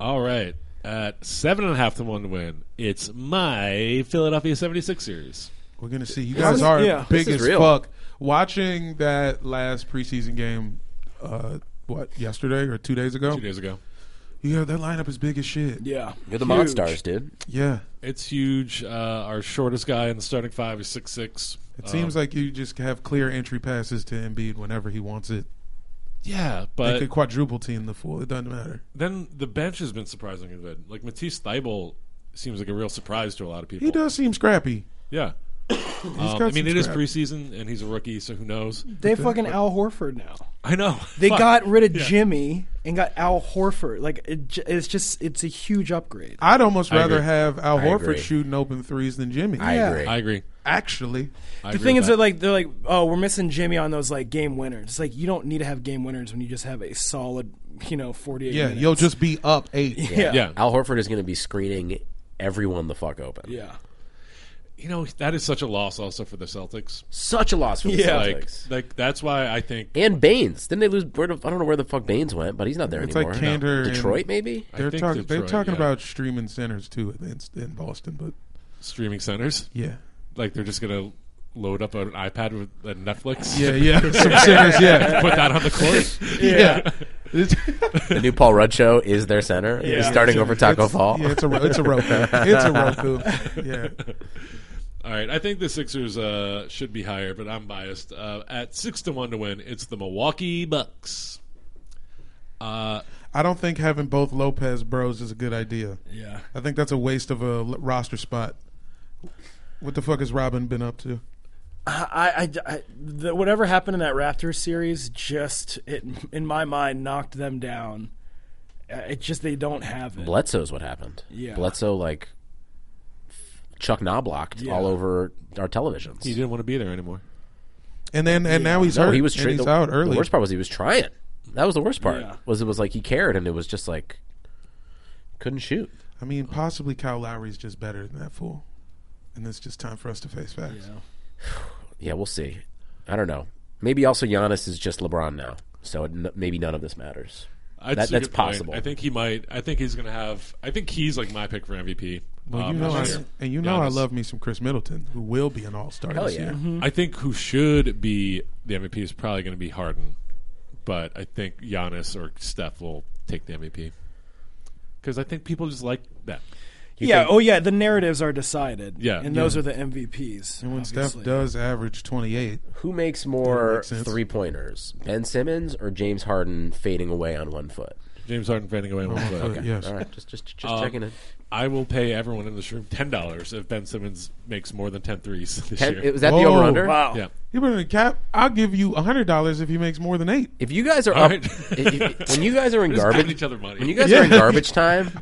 S3: all right. at seven and a half to one to win. It's my Philadelphia 76ers.
S1: We're gonna see. You guys are
S5: yeah.
S1: big
S2: This is
S1: as
S2: real.
S1: fuck. Watching that last preseason game, uh, what yesterday or two days ago?
S3: Two days ago,
S1: Yeah, that lineup is big as shit. Yeah,
S5: Yeah,
S2: You're the
S5: Huge.
S2: Monstars, dude.
S3: it's huge. Uh, our shortest guy in the starting five is six six.
S1: it seems like you just have clear entry passes to Embiid whenever he wants it.
S3: Yeah,
S1: They
S3: but
S1: could quadruple team the fool. It doesn't matter.
S3: then the bench has been surprisingly good. Like Matisse Thybulle seems like a real surprise to a lot of people.
S1: He does seem scrappy.
S3: Yeah. Um,
S1: got
S3: I mean,
S1: some
S3: it is
S1: scrap.
S3: preseason, and he's a rookie, so who knows?
S5: They fucking Al Horford now.
S3: I know.
S7: They
S3: Fuck.
S7: got rid of
S3: Yeah.
S7: Jimmy and got Al Horford. Like it, j- it's just it's a huge upgrade.
S1: I'd almost rather
S3: agree.
S1: have Al Horford
S2: agree.
S1: shooting open threes than Jimmy.
S2: I
S7: Yeah.
S2: agree.
S3: I agree.
S1: Actually,
S3: I
S7: The
S3: agree
S7: thing
S3: with
S7: is,
S3: that.
S7: they're like they're like, oh, we're missing Jimmy on those like game winners. It's like you don't need to have game winners when you just have a solid, you know, forty-eight.
S1: yeah,
S7: minutes.
S1: you'll just be up eight.
S7: yeah,
S3: yeah,
S2: Al Horford is going to be screening everyone the fuck open.
S7: yeah.
S3: you know that is such a loss also for the Celtics.
S2: Such a loss for the
S7: Yeah.
S3: Like,
S2: Celtics.
S3: like that's why I think
S2: and Baines. Didn't they lose? Where the, I don't know where the fuck Baines went, but he's not there
S1: It's
S2: anymore.
S1: like Kanter and-
S2: Detroit, maybe.
S3: I
S1: They're
S3: think
S1: talking. they're
S3: Detroit,
S1: talking
S3: yeah.
S1: about streaming centers too in, in Boston, but
S3: streaming centers.
S1: yeah.
S3: Like they're just gonna load up an iPad with a Netflix.
S1: Yeah, yeah. Some centers, yeah.
S3: Put that on the court.
S1: Yeah. It's,
S2: The new Paul Rudd show is their center. He's starting over Taco
S1: it's,
S2: Fall.
S1: Yeah, it's a, it's a Roku. It's a Roku. Yeah.
S3: All right, I think the Sixers uh, should be higher, but I'm biased. Uh, at six to one to win, it's the Milwaukee Bucks. Uh,
S1: I don't think having both Lopez bros is a good idea.
S5: Yeah,
S1: I think that's a waste of a l- roster spot. What the fuck has Robin been up to?
S5: I, I, I the, whatever happened in that Raptors series, just it in my mind knocked them down. Uh, It just they don't have it.
S2: Bledsoe's what happened.
S5: Yeah.
S2: Bledsoe like Chuck Knoblocked
S5: Yeah.
S2: all over our
S3: he
S2: televisions.
S3: didn't want to be there anymore.
S1: And then and now he's
S2: No,
S1: hurt.
S2: he was
S1: and
S2: tra-
S1: he's
S2: the,
S1: out
S2: The
S1: early.
S2: worst part was he was trying. That was the worst part.
S5: Yeah.
S2: Was it was like he cared and it was just like couldn't shoot.
S1: I mean, possibly Kyle Lowry's just better than that fool. And it's just time for us to face facts.
S2: Yeah, we'll see. I don't know. Maybe also Giannis is just LeBron now, so it, n- maybe none of this matters.
S3: I'd
S2: That-
S3: say
S2: that's
S3: good point.
S2: possible.
S3: I think he might. I think he's going to have. I think he's like my pick for MVP.
S1: Well,
S3: um,
S1: you know, I,
S3: this year.
S1: and you know, I
S3: Giannis.
S1: love me some Chris Middleton, who will be an All Star
S2: Hell
S1: this
S2: yeah.
S1: year.
S3: I think who should be the MVP is probably going to be Harden, but I think Giannis or Steph will take the MVP because I think people just like that.
S7: yeah. Oh yeah, the narratives are decided.
S3: Yeah.
S7: and those are the MVPs.
S1: And when
S7: obviously.
S1: Steph does average twenty eight,
S2: Who makes more
S1: makes sense.
S2: three pointers, Ben Simmons or James Harden fading away on one foot?
S3: James Harden fading away in one foot.
S1: okay. yes,
S2: All right, just just just
S3: Um,
S2: checking in.
S3: I will pay everyone in this room ten dollars if Ben Simmons makes more than 10 threes this
S2: Ten,
S3: year.
S2: it- was oh. that the
S1: Whoa.
S2: over under?
S7: Wow.
S3: yeah,
S1: You put in a cap. I'll give you hundred dollars if he makes more than eight.
S2: If you guys are
S3: All
S2: up,
S3: right.
S2: if- if- when you guys are in
S3: just giving
S2: garbage,
S3: each other money.
S2: when you guys are in garbage time,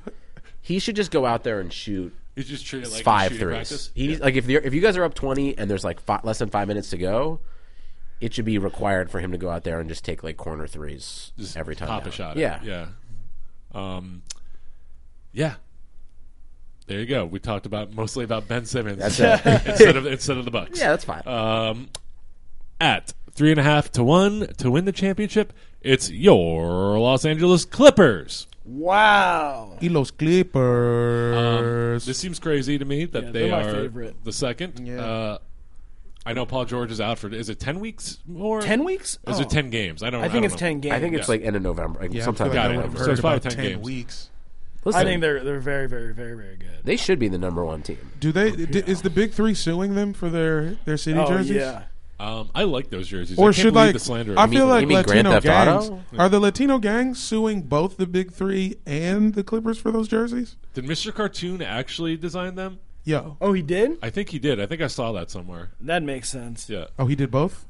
S2: he should just go out there and shoot
S3: He's just treated like
S2: five
S3: shooting
S2: threes.
S3: practice.
S2: He needs, like if you're- if you guys are up twenty and there's like fi less than five minutes to go, it should be required for him to go out there and just take like corner threes
S3: Just
S2: every time.
S3: pop
S2: down.
S3: a shot. at
S2: Yeah,
S3: it. yeah, um, yeah. There you go. We talked about mostly about Ben Simmons
S2: That's it.
S3: instead of instead of the Bucks.
S2: yeah, that's fine.
S3: um, at three and a half to one to win the championship. It's your Los Angeles Clippers.
S7: Wow.
S1: Elos Clippers.
S3: Um, This seems crazy to me that
S5: Yeah,
S3: they
S5: they're my
S3: are
S5: favorite.
S3: the second. Uh, I know Paul George is out for is it ten weeks more?
S7: Ten weeks?
S3: Is
S7: Oh.
S3: it ten games? I don't.
S7: I
S3: don't
S7: think it's
S3: know.
S7: ten games.
S2: I think it's like end of November, like
S1: yeah,
S2: sometime
S1: I feel like
S3: Got
S1: I
S3: it.
S1: would have
S3: So
S1: heard
S3: it's probably
S1: about
S3: 10
S1: ten
S3: games.
S1: weeks.
S2: Listen,
S5: I think they're they're very very very very good.
S2: they should be the number one team.
S1: Do they? d- Is the big three suing them for their their city
S5: Oh
S1: jerseys?
S5: yeah,
S3: Um, I like those jerseys. I
S1: Or
S3: can't
S1: should
S3: believe
S1: like
S3: the slander?
S1: I feel
S2: mean- you
S1: like
S2: mean Grand
S1: Latino
S2: Theft Auto?
S1: gangs are the Latino gangs suing both the big three and the Clippers for those jerseys?
S3: did Mr. Cartoon actually design them?
S1: Yo,
S7: Oh, he did.
S3: I think he did. I think I saw that somewhere.
S7: That makes sense.
S3: Yeah.
S1: oh, he did both.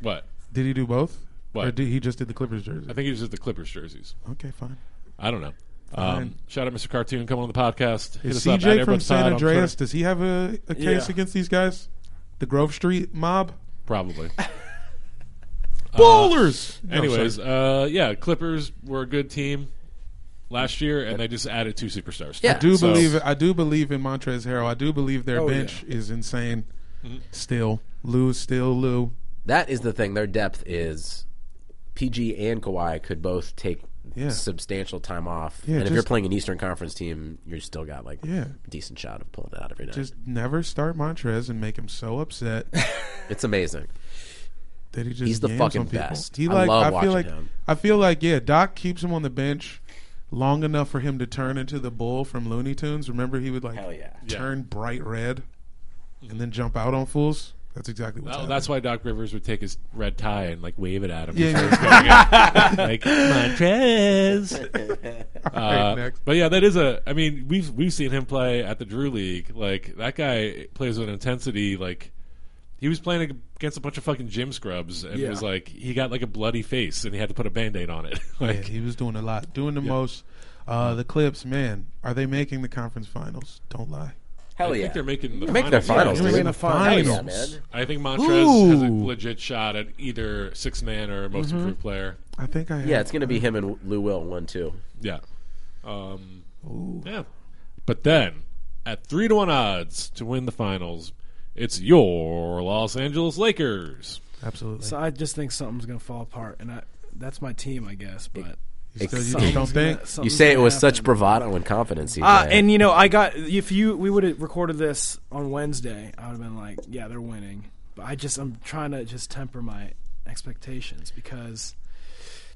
S3: What?
S1: Did he do both?
S3: What? Uh,
S1: Or did he just did the Clippers jersey?
S3: I think he was at the Clippers jerseys.
S1: Okay, fine.
S3: I don't know. Um, shout out Mr. Cartoon. Come on the podcast. Hit
S1: Is
S3: us up at
S1: CJ from
S3: Airbud Pod
S1: San
S3: on
S1: Andreas?
S3: Twitter.
S1: Does he have a, a case
S5: Yeah.
S1: against these guys? The Grove Street mob.
S3: Probably.
S1: Bowlers.
S3: Anyways, uh, yeah, Clippers were a good team last year, and they just added two superstars.
S2: Yeah.
S1: I do
S3: So- Oh,
S1: believe I do believe in Montrez Harrell. I do believe their bench is insane.
S3: Mm-hmm.
S1: Still, Lou, still Lou.
S2: That is the thing. Their depth is PG and Kawhi could both take
S1: Yeah.
S2: substantial time off.
S1: Yeah,
S2: and if you're
S1: just-
S2: playing an Eastern Conference team, you're still got like
S1: Yeah.
S2: a decent shot of pulling it out every night.
S1: Just never start Montrez and make him so upset
S2: it's amazing.
S1: that he just
S2: He's the
S1: yams
S2: fucking
S1: on people.
S2: best.
S1: He
S2: I
S1: like
S2: love
S1: I,
S2: watching
S1: feel like
S2: him.
S1: I feel like yeah, Doc keeps him on the bench long enough for him to turn into the bull from Looney Tunes. Remember he would like
S2: Hell yeah.
S3: Yeah. Mm-hmm.
S1: turn bright red and then jump out on fools. That's exactly what's
S3: Well,
S1: happening.
S3: that's why Doc Rivers would take his red tie and like wave it at him.
S1: Yeah,
S3: before
S1: yeah.
S3: he was going in. like Montrez.
S1: Alright,
S3: Uh,
S1: next.
S3: but yeah, that is a. I mean, we've we've seen him play at the Drew League. Like that guy plays with intensity. Like he was playing against a bunch of fucking gym scrubs and
S5: Yeah.
S3: was like he got like a bloody face and he had to put a band-aid on it.
S1: Yeah,
S3: like
S1: he was doing a lot, doing the most. Uh, the clips, man, are they making the conference finals? Don't lie.
S2: Hell
S3: I
S2: yeah.
S3: think they're making the
S2: Make their finals,
S3: Yeah.
S2: dude.
S1: the
S2: Hell
S1: finals.
S2: yeah, man.
S3: I think Montrez has a legit shot at either six man or most improved player.
S1: I think I.
S2: Yeah,
S1: have-
S2: it's gonna be him and Lou Will one two.
S3: Yeah. Um, Yeah. But then, at three to one odds to win the finals, it's your Los Angeles Lakers.
S1: absolutely.
S5: So I just think something's gonna fall apart, and I, that's my team, I guess. But
S1: You still- you
S5: something's
S1: don't
S5: gonna-
S1: think?
S2: You
S5: something's
S2: say it
S5: gonna
S2: was such
S5: happen.
S2: bravado and confidence. E
S5: Uh,
S2: CJ.
S5: and you know, I got if you we would have recorded this on Wednesday, I would have been like, yeah, they're winning. But I just I'm trying to just temper my expectations because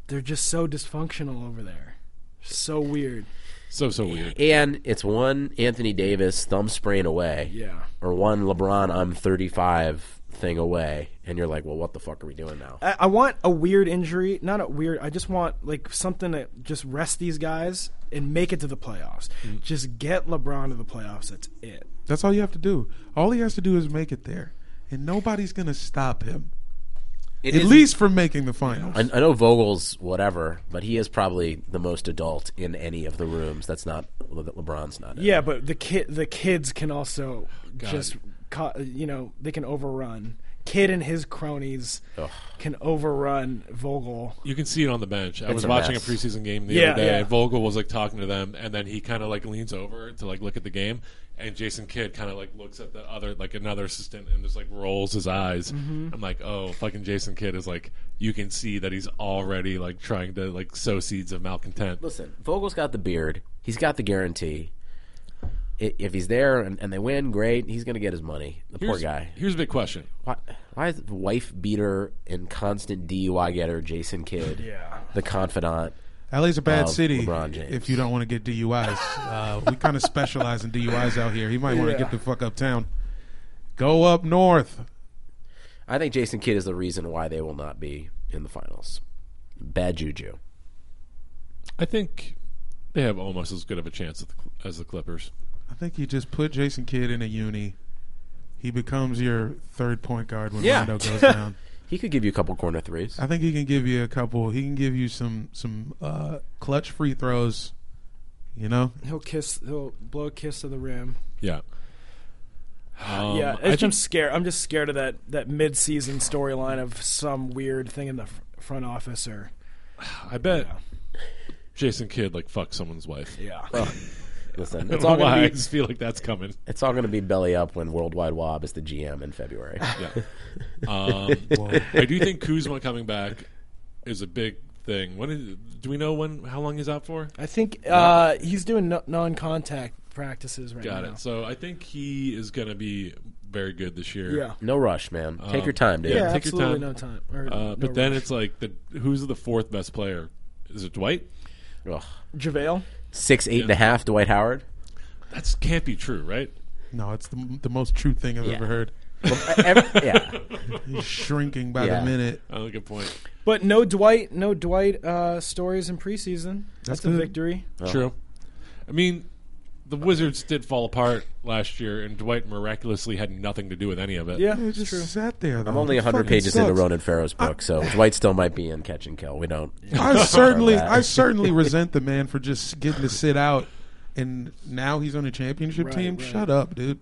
S5: they're just so dysfunctional over there. So weird.
S3: So, so weird.
S2: And it's one Anthony Davis thumb sprain away,
S5: Yeah.
S2: or one LeBron I'm 35 thing away, and you're like, well, what the fuck are we doing now?
S5: I, I want a weird injury, not a weird. I just want like something to just rest these guys and make it to the playoffs. Just get LeBron to the playoffs. That's it.
S1: That's all you have to do. All he has to do is make it there, and nobody's gonna stop him.
S2: It
S1: At
S2: is-
S1: least from making the finals.
S2: I, I know Vogel's whatever, but he is probably the most adult in any of the rooms. That's not Le- LeBron's not. in.
S5: Yeah, but the kid, the kids can also
S3: God.
S5: just, co- you know, they can overrun. Kid and his cronies
S2: Ugh.
S5: can overrun Vogel.
S3: You can see it on the bench. I was
S2: a
S3: watching
S2: mess.
S3: a preseason game the
S5: Yeah,
S3: other day.
S5: yeah.
S3: and Vogel was like talking to them, and then he kind of like leans over to like look at the game, and Jason Kidd kind of like looks at the other like another assistant and just like rolls his eyes.
S5: Mm-hmm.
S3: I'm like, oh, fucking Jason Kidd is like, you can see that he's already like trying to like sow seeds of malcontent.
S2: Listen, Vogel's got the beard. He's got the guarantee. I- If he's there and, and they win, great. He's going to get his money. The poor
S3: Here's-
S2: guy.
S3: Here's a big question.
S2: Why, why is wife beater and constant DUI getter Jason Kidd,
S5: Yeah.
S2: the confidant?
S1: LA's a bad
S2: Of
S1: city
S2: LeBron James.
S1: if you don't want to get DUIs. uh, we kind of specialize in DUIs out here. He might want to get the fuck uptown. Go up north.
S2: I think Jason Kidd is the reason why they will not be in the finals. Bad juju.
S3: I think they have almost as good of a chance at the Cl- as the Clippers.
S1: I think you just put Jason Kidd in a uni. He becomes your third point guard when
S2: Yeah.
S1: Rondo goes down.
S2: He could give you a couple corner threes.
S1: I think he can give you a couple. He can give you some some uh, clutch free throws. You know,
S5: He'll kiss. He'll blow a kiss to the rim.
S3: Yeah. Um, I
S5: yeah, it's, I'm
S3: think-
S5: scared. I'm just scared of that that mid season storyline of some weird thing in the fr- front office or
S3: I bet Jason Kidd like fucks someone's wife.
S5: yeah.
S2: Listen,
S3: That's
S2: it's
S3: all
S2: all
S3: why I
S2: going to be
S3: just feel like that's coming.
S2: it's all going to be belly up when Worldwide Wob is the GM in February.
S3: Yeah. Um, I do think Kuzma coming back is a big thing. When is, do we know when? How long he's out for?
S5: I think uh, he's doing no, non contact practices right
S3: Got
S5: now.
S3: it. So I think he is going to be very good this year.
S5: Yeah.
S2: No rush, man. Take your time, dude.
S5: Yeah,
S3: take your time.
S5: absolutely no time. Or
S3: Uh,
S5: no
S3: but then
S5: rush.
S3: it's like the who's the fourth best player? Is it Dwight?
S2: Ugh.
S5: JaVale.
S2: Six, eight and a half. Dwight Howard.
S3: That can't be true, right?
S1: no, it's the the most true thing I've
S2: Yeah.
S1: ever heard.
S2: e-, Every- yeah.
S1: He's shrinking by
S2: Yeah.
S1: the minute.
S3: Oh, good point.
S5: But no Dwight, no Dwight uh, stories in preseason. That's,
S1: That's
S5: a
S1: good.
S5: victory.
S3: True. I mean, the Wizards did fall apart last year, and Dwight miraculously had nothing to do with any of it.
S5: Yeah,
S1: It just
S5: true.
S1: sat there. Though.
S2: I'm only
S1: It
S2: 100
S1: fucking
S2: pages into
S1: sucks.
S2: Ronan Farrow's book, so Dwight still might be in Catch and Kill. We don't.
S1: I certainly, I certainly resent the man for just getting to sit out, and now he's on a championship
S5: Right,
S1: team.
S5: right.
S1: Shut up, dude.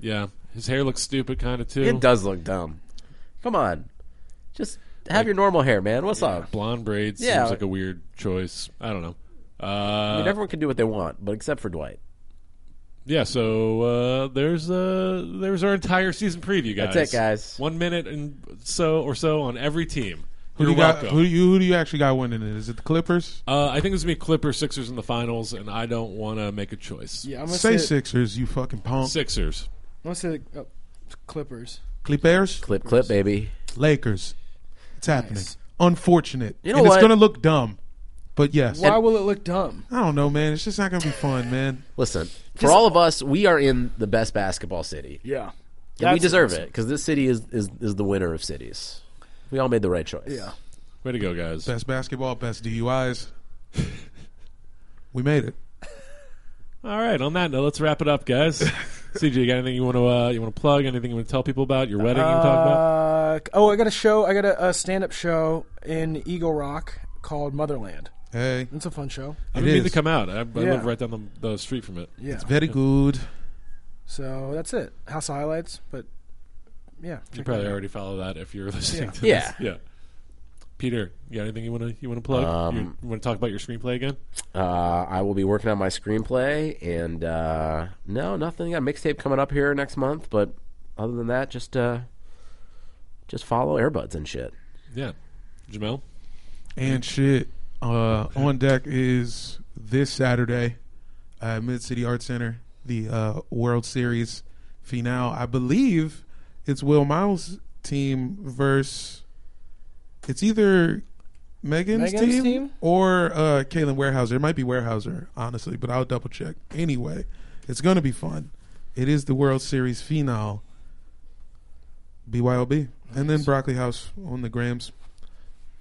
S3: Yeah. His hair looks stupid, kind of, too.
S2: It does look dumb. Come on, just have your normal hair, man. What's up?
S3: Blonde braids
S2: Yeah.
S3: seems like a weird choice. I don't know.
S2: I
S3: Uh,
S2: mean, everyone can do what they want, but except for Dwight.
S3: yeah, so uh, there's uh, there's our entire season preview, guys.
S2: That's it, guys.
S3: One minute and so or so on every team.
S1: Who do
S3: You're
S1: you got?
S3: welcome.
S1: Who do you who do you actually got winning it? Is it the Clippers?
S3: Uh, I think it's gonna be Clippers Sixers in the finals, and I don't want to make a choice.
S7: Yeah, I'm gonna
S1: Say
S7: say,
S1: Sixers, you fucking punk.
S3: Sixers.
S7: I'm gonna say uh, Clippers.
S1: Clippers,
S2: Clip, clip, baby.
S1: Lakers. It's happening. Unfortunate.
S2: You know
S1: and
S2: what?
S1: it's gonna look dumb. But yes,
S7: Why will it look dumb?
S1: I don't know, man. It's just not gonna be fun, man.
S2: Listen, for all of us, we are in the best basketball city.
S7: Yeah,
S2: And we
S7: That's
S2: deserve it because this city is, is, is the winner of cities. We all made the right choice.
S7: Yeah.
S3: Way to go, guys.
S1: Best basketball, best DUIs. we made it.
S3: All right. On that note, let's wrap it up, guys. CJ, you got anything you want to uh, you want to plug? Anything you want to tell people about your wedding? you want to talk about?
S7: Uh, oh, I got a show. I got a, a stand-up show in Eagle Rock called Motherland.
S1: Hey,
S7: It's a fun show.
S3: I
S1: it
S3: didn't mean
S1: is.
S3: to come out. I, I
S7: Yeah.
S3: live right down the, the street from it.
S7: Yeah.
S1: very good.
S7: So that's it. House of highlights, but yeah.
S3: You probably already follow that if you're listening
S7: Yeah.
S3: to
S2: Yeah.
S3: this. Yeah. Peter, you got anything you want to you want to plug? you, want to talk about your screenplay again?
S2: Uh, I will be working on my screenplay, and uh, no, nothing. Got a mixtape coming up here next month, but other than that, just uh, just follow Airbuds and shit.
S3: Yeah. Jamel,
S1: And shit, uh, on deck is this Saturday at Mid City Art Center, the uh, World Series finale. I believe it's Will Miles' team versus. It's either Megan's,
S7: Megan's
S1: team,
S7: team?
S1: or uh, Kalen Warehouser. It might be Warehouser, honestly, but I'll double check. Anyway, it's going to be fun. It is the World Series finale. BYOB. And then Broccoli House on the Grams.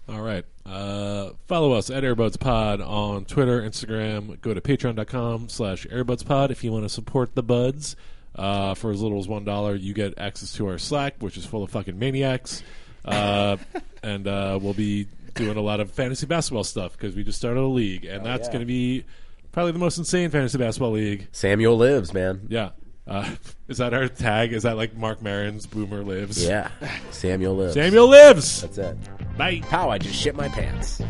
S3: All right. Uh, follow us at Airbuds Pod on Twitter, Instagram. Go to patreon.com slash airbudspod if you want to support the buds. Uh, for as little as $1, you get access to our Slack, which is full of fucking maniacs. Uh, and uh, we'll be doing a lot of fantasy basketball stuff because we just started a league. And that's going to be probably the most insane fantasy basketball league.
S2: Samuel lives, man.
S3: Yeah. Uh, is that our tag? Is that like Mark Marin's Boomer Lives?
S2: Yeah, Samuel lives.
S3: Samuel Lives!
S2: That's it.
S3: Bye.
S2: How I just shit my pants.